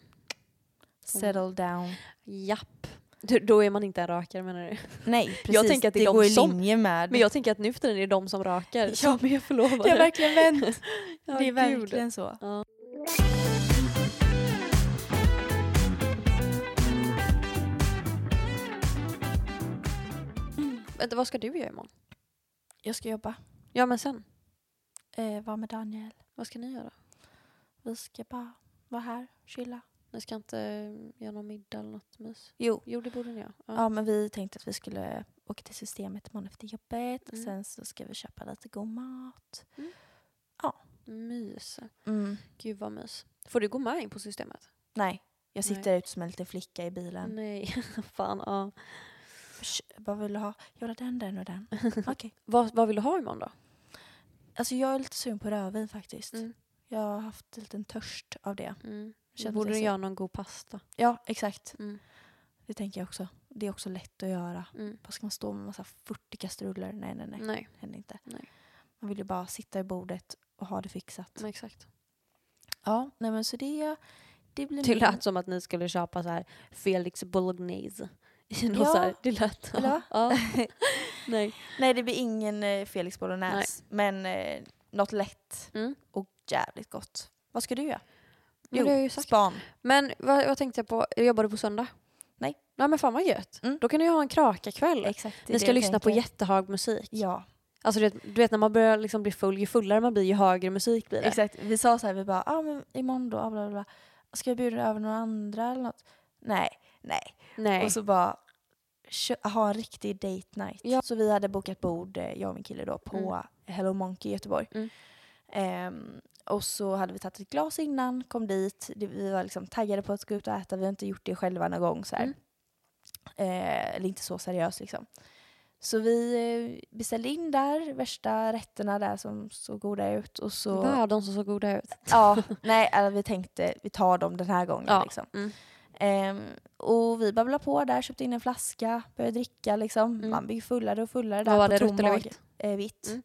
Speaker 1: settle down.
Speaker 2: Japp. Du, då är man inte en rökare menar du?
Speaker 1: Nej, precis.
Speaker 2: tänker att det är
Speaker 1: det
Speaker 2: de
Speaker 1: går i
Speaker 2: som-
Speaker 1: linje med.
Speaker 2: Men jag tänker att nu för tiden är det de som röker
Speaker 1: Ja.
Speaker 2: som är förlovade.
Speaker 1: det har verkligen vänt.
Speaker 2: Ja,
Speaker 1: det är
Speaker 2: gud.
Speaker 1: verkligen så.
Speaker 2: Ja. Vänta, vad ska du göra imorgon?
Speaker 1: Jag ska jobba.
Speaker 2: Ja men sen,
Speaker 1: Eh, vara med Daniel.
Speaker 2: vad ska ni göra?
Speaker 1: Vi ska bara vara här, chilla.
Speaker 2: Ni ska inte eh, göra någon middag eller något mys?
Speaker 1: Jo.
Speaker 2: Jo det borde ni göra. Ja.
Speaker 1: Ja, men vi tänkte att vi skulle åka till systemet imorgon efter jobbet. Och
Speaker 2: Mm.
Speaker 1: sen så ska vi köpa lite god mat.
Speaker 2: Mys.
Speaker 1: Mm.
Speaker 2: Gud vad mys. Får du gå med in på systemet?
Speaker 1: Nej, jag
Speaker 2: Nej. Mm.
Speaker 1: sitter ute som en liten flicka i bilen.
Speaker 2: Nej, fan ja.
Speaker 1: Sh, vad vill du ha? Jag vill ha den, den och den. Okej.
Speaker 2: Vad, vad vill du ha imorgon då?
Speaker 1: Alltså jag är lite sugen på rödvin faktiskt.
Speaker 2: Mm.
Speaker 1: Jag har haft en liten törst av det. Känner
Speaker 2: Borde
Speaker 1: jag
Speaker 2: du
Speaker 1: så.
Speaker 2: göra någon god pasta?
Speaker 1: Ja, exakt.
Speaker 2: Mm.
Speaker 1: Det tänker jag också. Det är också lätt att göra.
Speaker 2: Mm.
Speaker 1: Vad ska man stå med massa 40 kastruller? Nej, nej, nej.
Speaker 2: Nej.
Speaker 1: Det händer inte.
Speaker 2: Nej.
Speaker 1: Man vill ju bara sitta i bordet och ha det fixat.
Speaker 2: men exakt.
Speaker 1: Ja, nej men så det, det blir
Speaker 2: Det
Speaker 1: min-
Speaker 2: lät som att ni skulle köpa så här Felix Bolognese. I någon
Speaker 1: Ja.
Speaker 2: så här, det lät...
Speaker 1: Eller va?
Speaker 2: ja. Nej.
Speaker 1: Nej, det blir ingen eh, Felix Bolognese. Men eh, något lätt
Speaker 2: Mm.
Speaker 1: och jävligt gott. Vad ska du göra?
Speaker 2: Men det har jag ju sagt.
Speaker 1: span.
Speaker 2: Men vad, vad tänkte jag på? Jobbar du på söndag?
Speaker 1: Nej.
Speaker 2: Nej men fan vad gött.
Speaker 1: Mm.
Speaker 2: Då kan ni ha en krakakväll.
Speaker 1: Exakt. det är
Speaker 2: Ni
Speaker 1: det
Speaker 2: ska
Speaker 1: jag
Speaker 2: lyssna på
Speaker 1: tänker.
Speaker 2: jättehög musik.
Speaker 1: Ja,
Speaker 2: Alltså du vet, du vet när man börjar liksom bli full, ju fullare man blir ju högre musik blir det.
Speaker 1: Exakt, vi sa så här, vi bara, ah, men imorgon då, ah, bla, bla, bla. ska jag bjuda över några andra eller något? Nej, nej.
Speaker 2: Nej.
Speaker 1: Och så bara kö- ha en riktig date night.
Speaker 2: Ja.
Speaker 1: Så vi hade bokat bord, eh, jag och min kille då, på
Speaker 2: Mm.
Speaker 1: Hello Monkey i Göteborg.
Speaker 2: Mm.
Speaker 1: Ehm, och så hade vi tagit ett glas innan, kom dit, det, vi var liksom taggade på att gå ut och äta, vi har inte gjort det själva någon gång så här.
Speaker 2: Mm.
Speaker 1: Eh, eller inte så seriöst liksom. Så vi eh, beställde in där, värsta rätterna där som såg goda ut. Och så...
Speaker 2: Bara de som såg goda ut.
Speaker 1: Ja, nej, eller vi tänkte vi tar dem den här gången.
Speaker 2: Ja.
Speaker 1: Liksom.
Speaker 2: Mm.
Speaker 1: Ehm, och vi babblade på där, köpte in en flaska, började dricka. Liksom.
Speaker 2: Mm.
Speaker 1: Man blir fullare och fullare där
Speaker 2: Vad var
Speaker 1: på tom
Speaker 2: det, rött eller
Speaker 1: mage.
Speaker 2: vitt?
Speaker 1: Eh, vitt.
Speaker 2: Mm.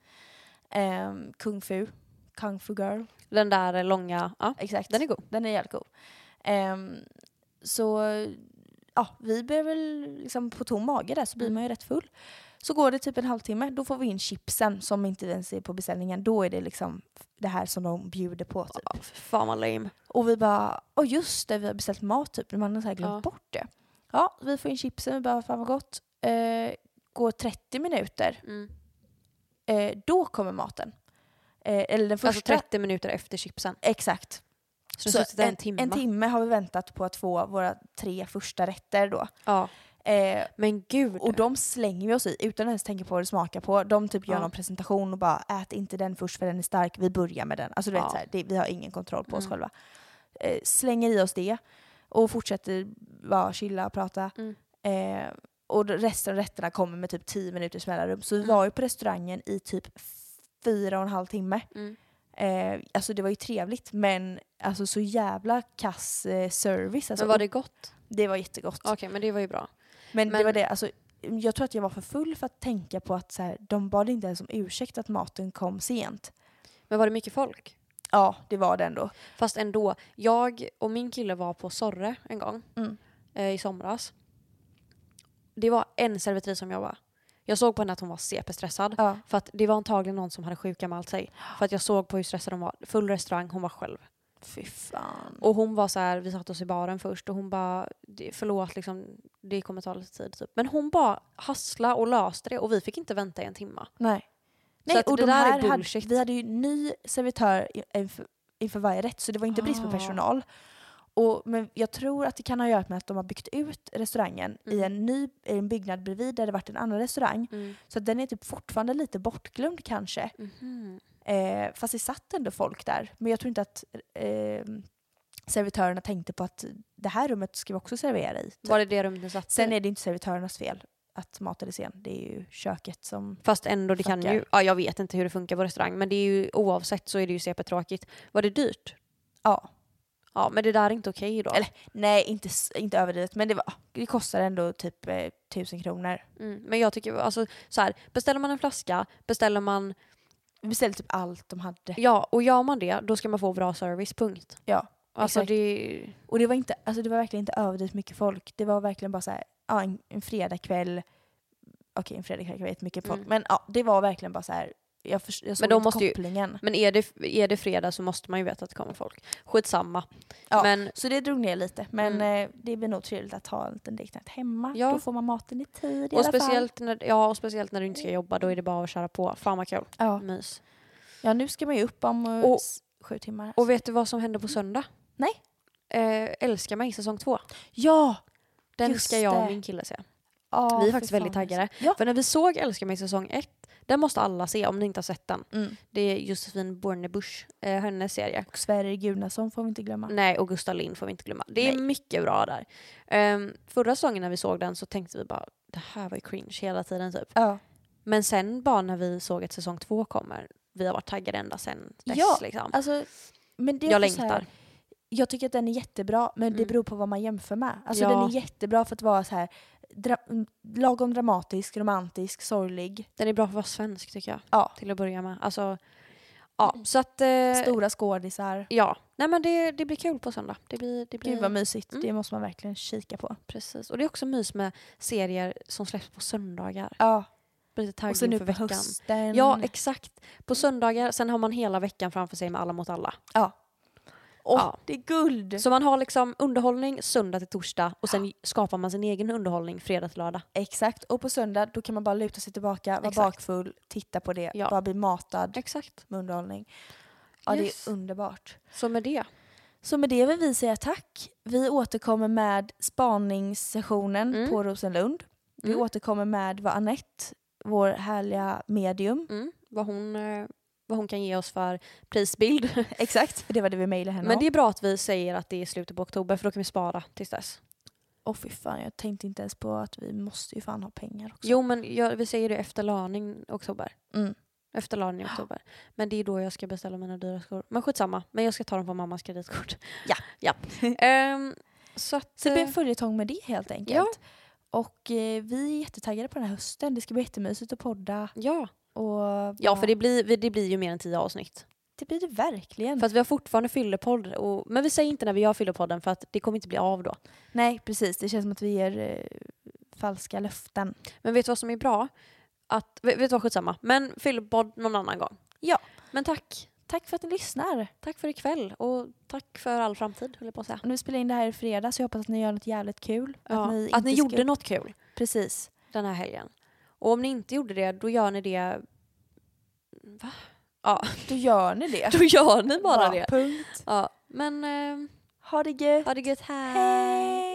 Speaker 1: Ehm, Kung Fu, Kung Fu Girl.
Speaker 2: Den där eh, långa, ja.
Speaker 1: Exakt,
Speaker 2: Den är god.
Speaker 1: den är jävligt god. Ehm, så ja, vi blev väl liksom på tom mage där så blir
Speaker 2: Mm.
Speaker 1: man ju rätt full. Så går det typ en halvtimme, då får vi in chipsen som inte ens är på beställningen. Då är det liksom det här som de bjuder på. Typ.
Speaker 2: Ja, fy fan vad lame.
Speaker 1: Och vi bara, åh just det, vi har beställt mat typ. Man har så här glömt bort det. Ja, vi får in chipsen, vi bara, fan vad gott. Eh, går 30 minuter,
Speaker 2: Mm.
Speaker 1: eh, då kommer maten. Eh, eller den
Speaker 2: Alltså
Speaker 1: första.
Speaker 2: 30 minuter efter chipsen.
Speaker 1: Exakt.
Speaker 2: Så, så suttit en, en timme.
Speaker 1: en timme har vi väntat på att få våra tre första rätter då.
Speaker 2: Ja.
Speaker 1: Eh,
Speaker 2: Men gud.
Speaker 1: och de slänger vi oss i utan ens tänka på vad det smakar på. De typ gör
Speaker 2: Ja.
Speaker 1: någon presentation och bara ät inte den först för den är stark, vi börjar med den. Alltså du
Speaker 2: Ja.
Speaker 1: vet, så här, det, vi har ingen kontroll på oss
Speaker 2: Mm.
Speaker 1: själva. Eh, slänger i oss det och fortsätter bara chilla och prata.
Speaker 2: Mm.
Speaker 1: Eh, och då- resten av rätterna kommer med typ 10 minuters mellanrum. Så vi
Speaker 2: Mm.
Speaker 1: var ju på restaurangen i typ fyra och en halv timme.
Speaker 2: Mm.
Speaker 1: Eh, alltså det var ju trevligt men alltså så jävla kass eh, service. Alltså,
Speaker 2: men var det gott?
Speaker 1: det var jättegott.
Speaker 2: Okej, men det var ju bra.
Speaker 1: Men, det
Speaker 2: Men-
Speaker 1: var det, alltså, jag tror att jag var för full för att tänka på att så här, de bad inte ens om ursäkt att maten kom sent.
Speaker 2: Men var det mycket folk?
Speaker 1: Ja, det var det ändå.
Speaker 2: Fast ändå, jag och min kille var på Sorre en gång
Speaker 1: Mm.
Speaker 2: eh, i somras. Det var en servitris som jobbade. Jag såg på henne att hon var CP-stressad.
Speaker 1: Ja.
Speaker 2: För att det var antagligen någon som hade sjukanmält sig. För att jag såg på hur stressad hon var. Full restaurang, hon var själv.
Speaker 1: Fy fan.
Speaker 2: Och hon var så här, vi satt oss i baren först och hon bara "Det- förlåt liksom, det kommer ta lite tid typ. Men hon bara hassla och löste det och vi fick inte vänta i en timma.
Speaker 1: Nej.
Speaker 2: Så
Speaker 1: Nej,
Speaker 2: att
Speaker 1: och
Speaker 2: det
Speaker 1: de
Speaker 2: där är
Speaker 1: här hade,
Speaker 2: bullshit.
Speaker 1: vi hade ju ny servitör i- inför, inför varje rätt så det var inte brist på
Speaker 2: Ah.
Speaker 1: personal. Och, men jag tror att det kan ha att göra med att de har byggt ut restaurangen i
Speaker 2: Mm.
Speaker 1: en ny i en byggnad Mm. bredvid där det varit en annan restaurang. Så att den är typ fortfarande lite bortglömd kanske.
Speaker 2: Mhm.
Speaker 1: Eh, Eh, fast det satt ändå folk där. Men jag tror inte att eh, servitörerna tänkte på att det här rummet ska vi också servera i. Typ.
Speaker 2: Var det det rummet ni satt
Speaker 1: Sen
Speaker 2: i?
Speaker 1: är det inte servitörernas fel att maten är sen. Det är ju köket som...
Speaker 2: Fast ändå, det kan
Speaker 1: Fuckar.
Speaker 2: ju... Ja, jag vet inte hur det funkar på restaurang men det är ju, oavsett så är det ju CP-tråkigt. Var det dyrt?
Speaker 1: Ja.
Speaker 2: Ja, men det där är inte okej då.
Speaker 1: Eller- Nej, inte, s- inte överdrivet. Men det, var, det kostar ändå typ eh, tusen kronor.
Speaker 2: Mm, men jag tycker, alltså så här, beställer man en flaska, beställer man...
Speaker 1: Vi beställde typ allt de hade.
Speaker 2: Ja, och gör man det, då ska man få bra service, punkt.
Speaker 1: Ja,
Speaker 2: Alltså
Speaker 1: exakt.
Speaker 2: det...
Speaker 1: Och det var, inte, alltså det var verkligen inte överdrivet mycket folk. Det var verkligen bara så här, ja, en, en fredagkväll. Okej, en fredagkväll vet mycket folk.
Speaker 2: Mm.
Speaker 1: Men ja, det var verkligen bara så här. Jag, förs- jag såg
Speaker 2: de
Speaker 1: inte
Speaker 2: måste ju-
Speaker 1: kopplingen.
Speaker 2: Men är det, är det fredag så måste man ju veta att det kommer folk. Skitsamma.
Speaker 1: Ja.
Speaker 2: Men
Speaker 1: Så det drog ner lite. Men eh, det blir nog trevligt att ha en liten dejtknatt hemma.
Speaker 2: Mm. Ja.
Speaker 1: Då får man maten i tid i
Speaker 2: och
Speaker 1: alla fall.
Speaker 2: speciellt, när, ja, och speciellt när du inte ska jobba, då är det bara att köra på. Fan vad kul.
Speaker 1: Ja.
Speaker 2: Mys.
Speaker 1: ja, nu ska man ju upp om eh,
Speaker 2: Och-
Speaker 1: s- sju timmar.
Speaker 2: Och vet du vad som hände på söndag?
Speaker 1: Nej.
Speaker 2: Eh, älska mig säsong två.
Speaker 1: ja!
Speaker 2: Den
Speaker 1: Just
Speaker 2: ska jag och
Speaker 1: det.
Speaker 2: min kille se.
Speaker 1: Ja,
Speaker 2: vi är
Speaker 1: fy
Speaker 2: faktiskt
Speaker 1: fan,
Speaker 2: väldigt
Speaker 1: det är så-
Speaker 2: taggade.
Speaker 1: Ja.
Speaker 2: För när vi såg Älska mig säsong ett, den måste alla se om ni inte har sett den.
Speaker 1: Mm.
Speaker 2: Det är Josefin Bornebusch, eh, hennes serie.
Speaker 1: Och Sverige Gunason får vi inte glömma.
Speaker 2: Nej, och Gustav Lind får vi inte glömma. Det är
Speaker 1: Nej.
Speaker 2: mycket bra där. Ehm, förra säsongen när vi såg den så tänkte vi bara det här var ju cringe hela tiden typ.
Speaker 1: Ja.
Speaker 2: Men sen bara när vi såg att säsong två kommer, vi har varit taggade ända sen dess.
Speaker 1: Ja,
Speaker 2: liksom.
Speaker 1: Alltså, men det är
Speaker 2: Jag
Speaker 1: också så här-
Speaker 2: längtar.
Speaker 1: Jag tycker att den är jättebra, men det
Speaker 2: Mm.
Speaker 1: beror på vad man jämför med. Alltså
Speaker 2: Ja.
Speaker 1: den är jättebra för att vara så här dra- mm, lagom dramatisk, romantisk, sorglig.
Speaker 2: Den är bra för att vara svensk tycker jag.
Speaker 1: Ja.
Speaker 2: Till att börja med. Alltså, ja,
Speaker 1: Mm.
Speaker 2: så att... Eh,
Speaker 1: Stora skådisar.
Speaker 2: Ja, nej men det, det blir kul på söndag. Det blir, det blir,
Speaker 1: Gud vad mysigt.
Speaker 2: Mm.
Speaker 1: Det måste man verkligen kika på.
Speaker 2: Precis. Och det är också mys med serier som släpps på söndagar.
Speaker 1: Ja.
Speaker 2: Blir lite
Speaker 1: Och så
Speaker 2: taggad
Speaker 1: nu
Speaker 2: inför
Speaker 1: på
Speaker 2: veckan.
Speaker 1: hösten.
Speaker 2: Ja, exakt. På söndagar, sen har man hela veckan framför sig med Alla mot alla.
Speaker 1: Åh,
Speaker 2: ja.
Speaker 1: Det är guld.
Speaker 2: Så man har liksom underhållning söndag till torsdag och sen skapar man sin egen underhållning fredag till lördag.
Speaker 1: Exakt. Och på söndag då kan man bara luta sig tillbaka, vara
Speaker 2: Exakt.
Speaker 1: bakfull, titta på det,
Speaker 2: Ja.
Speaker 1: bara bli matad
Speaker 2: Exakt.
Speaker 1: med underhållning. Ja,
Speaker 2: Yes.
Speaker 1: det är underbart.
Speaker 2: Så med det.
Speaker 1: Så med det vill vi säga tack. Vi återkommer med spaningssessionen
Speaker 2: Mm.
Speaker 1: på Rosenlund. Vi
Speaker 2: Mm.
Speaker 1: återkommer med vad Anette, vår härliga medium,
Speaker 2: Mm, vad, hon, eh, vad hon kan ge oss för prisbild.
Speaker 1: exakt, för det var det vi mejlade henne
Speaker 2: Men
Speaker 1: om.
Speaker 2: det är bra att vi säger att det är slutet på oktober för då kan vi spara tills dess.
Speaker 1: Åh fy fan, jag tänkte inte ens på att vi måste ju fan ha pengar också.
Speaker 2: Jo men jag, vi säger det efter löning i oktober.
Speaker 1: Mm.
Speaker 2: Efter löning i oktober. Men det är då jag ska beställa mina dyra skor. Men skitsamma, men jag ska ta dem på mammas kreditkort.
Speaker 1: Ja.
Speaker 2: ja. Ehm, så att,
Speaker 1: Så det blir en
Speaker 2: eh,
Speaker 1: följetong med det helt enkelt.
Speaker 2: Ja.
Speaker 1: Och eh, vi är jättetaggade på den här hösten. Det ska bli jättemysigt att podda.
Speaker 2: ja.
Speaker 1: Och
Speaker 2: ja, för det blir, vi- det blir ju mer än tio avsnitt.
Speaker 1: det blir det verkligen.
Speaker 2: För att vi har fortfarande fyllepodd, och, men vi säger inte när vi gör fyllepodden för att det kommer inte bli av då.
Speaker 1: Nej, precis. Det känns som att vi ger eh, falska löften.
Speaker 2: Men vet du vad som är bra? Att, vet vet du vad, skitsamma. Men fyllepodd någon annan gång.
Speaker 1: Ja.
Speaker 2: Men tack.
Speaker 1: Tack för att ni lyssnar.
Speaker 2: Tack för ikväll och tack för all framtid, höll jag på att säga.
Speaker 1: Och Nu spelar jag in det här i fredag så jag hoppas att ni gör något jävligt kul.
Speaker 2: Ja. Att ni,
Speaker 1: inte
Speaker 2: gjorde
Speaker 1: ska-
Speaker 2: något kul
Speaker 1: Precis.
Speaker 2: den här helgen. Och om ni inte gjorde det, då gör ni det... Va? Ja,
Speaker 1: Då gör ni det.
Speaker 2: då gör ni bara
Speaker 1: Bra,
Speaker 2: det.
Speaker 1: Punkt.
Speaker 2: Ja. Men eh,
Speaker 1: Ha det gött.
Speaker 2: ha det gött, hej!
Speaker 1: Hej!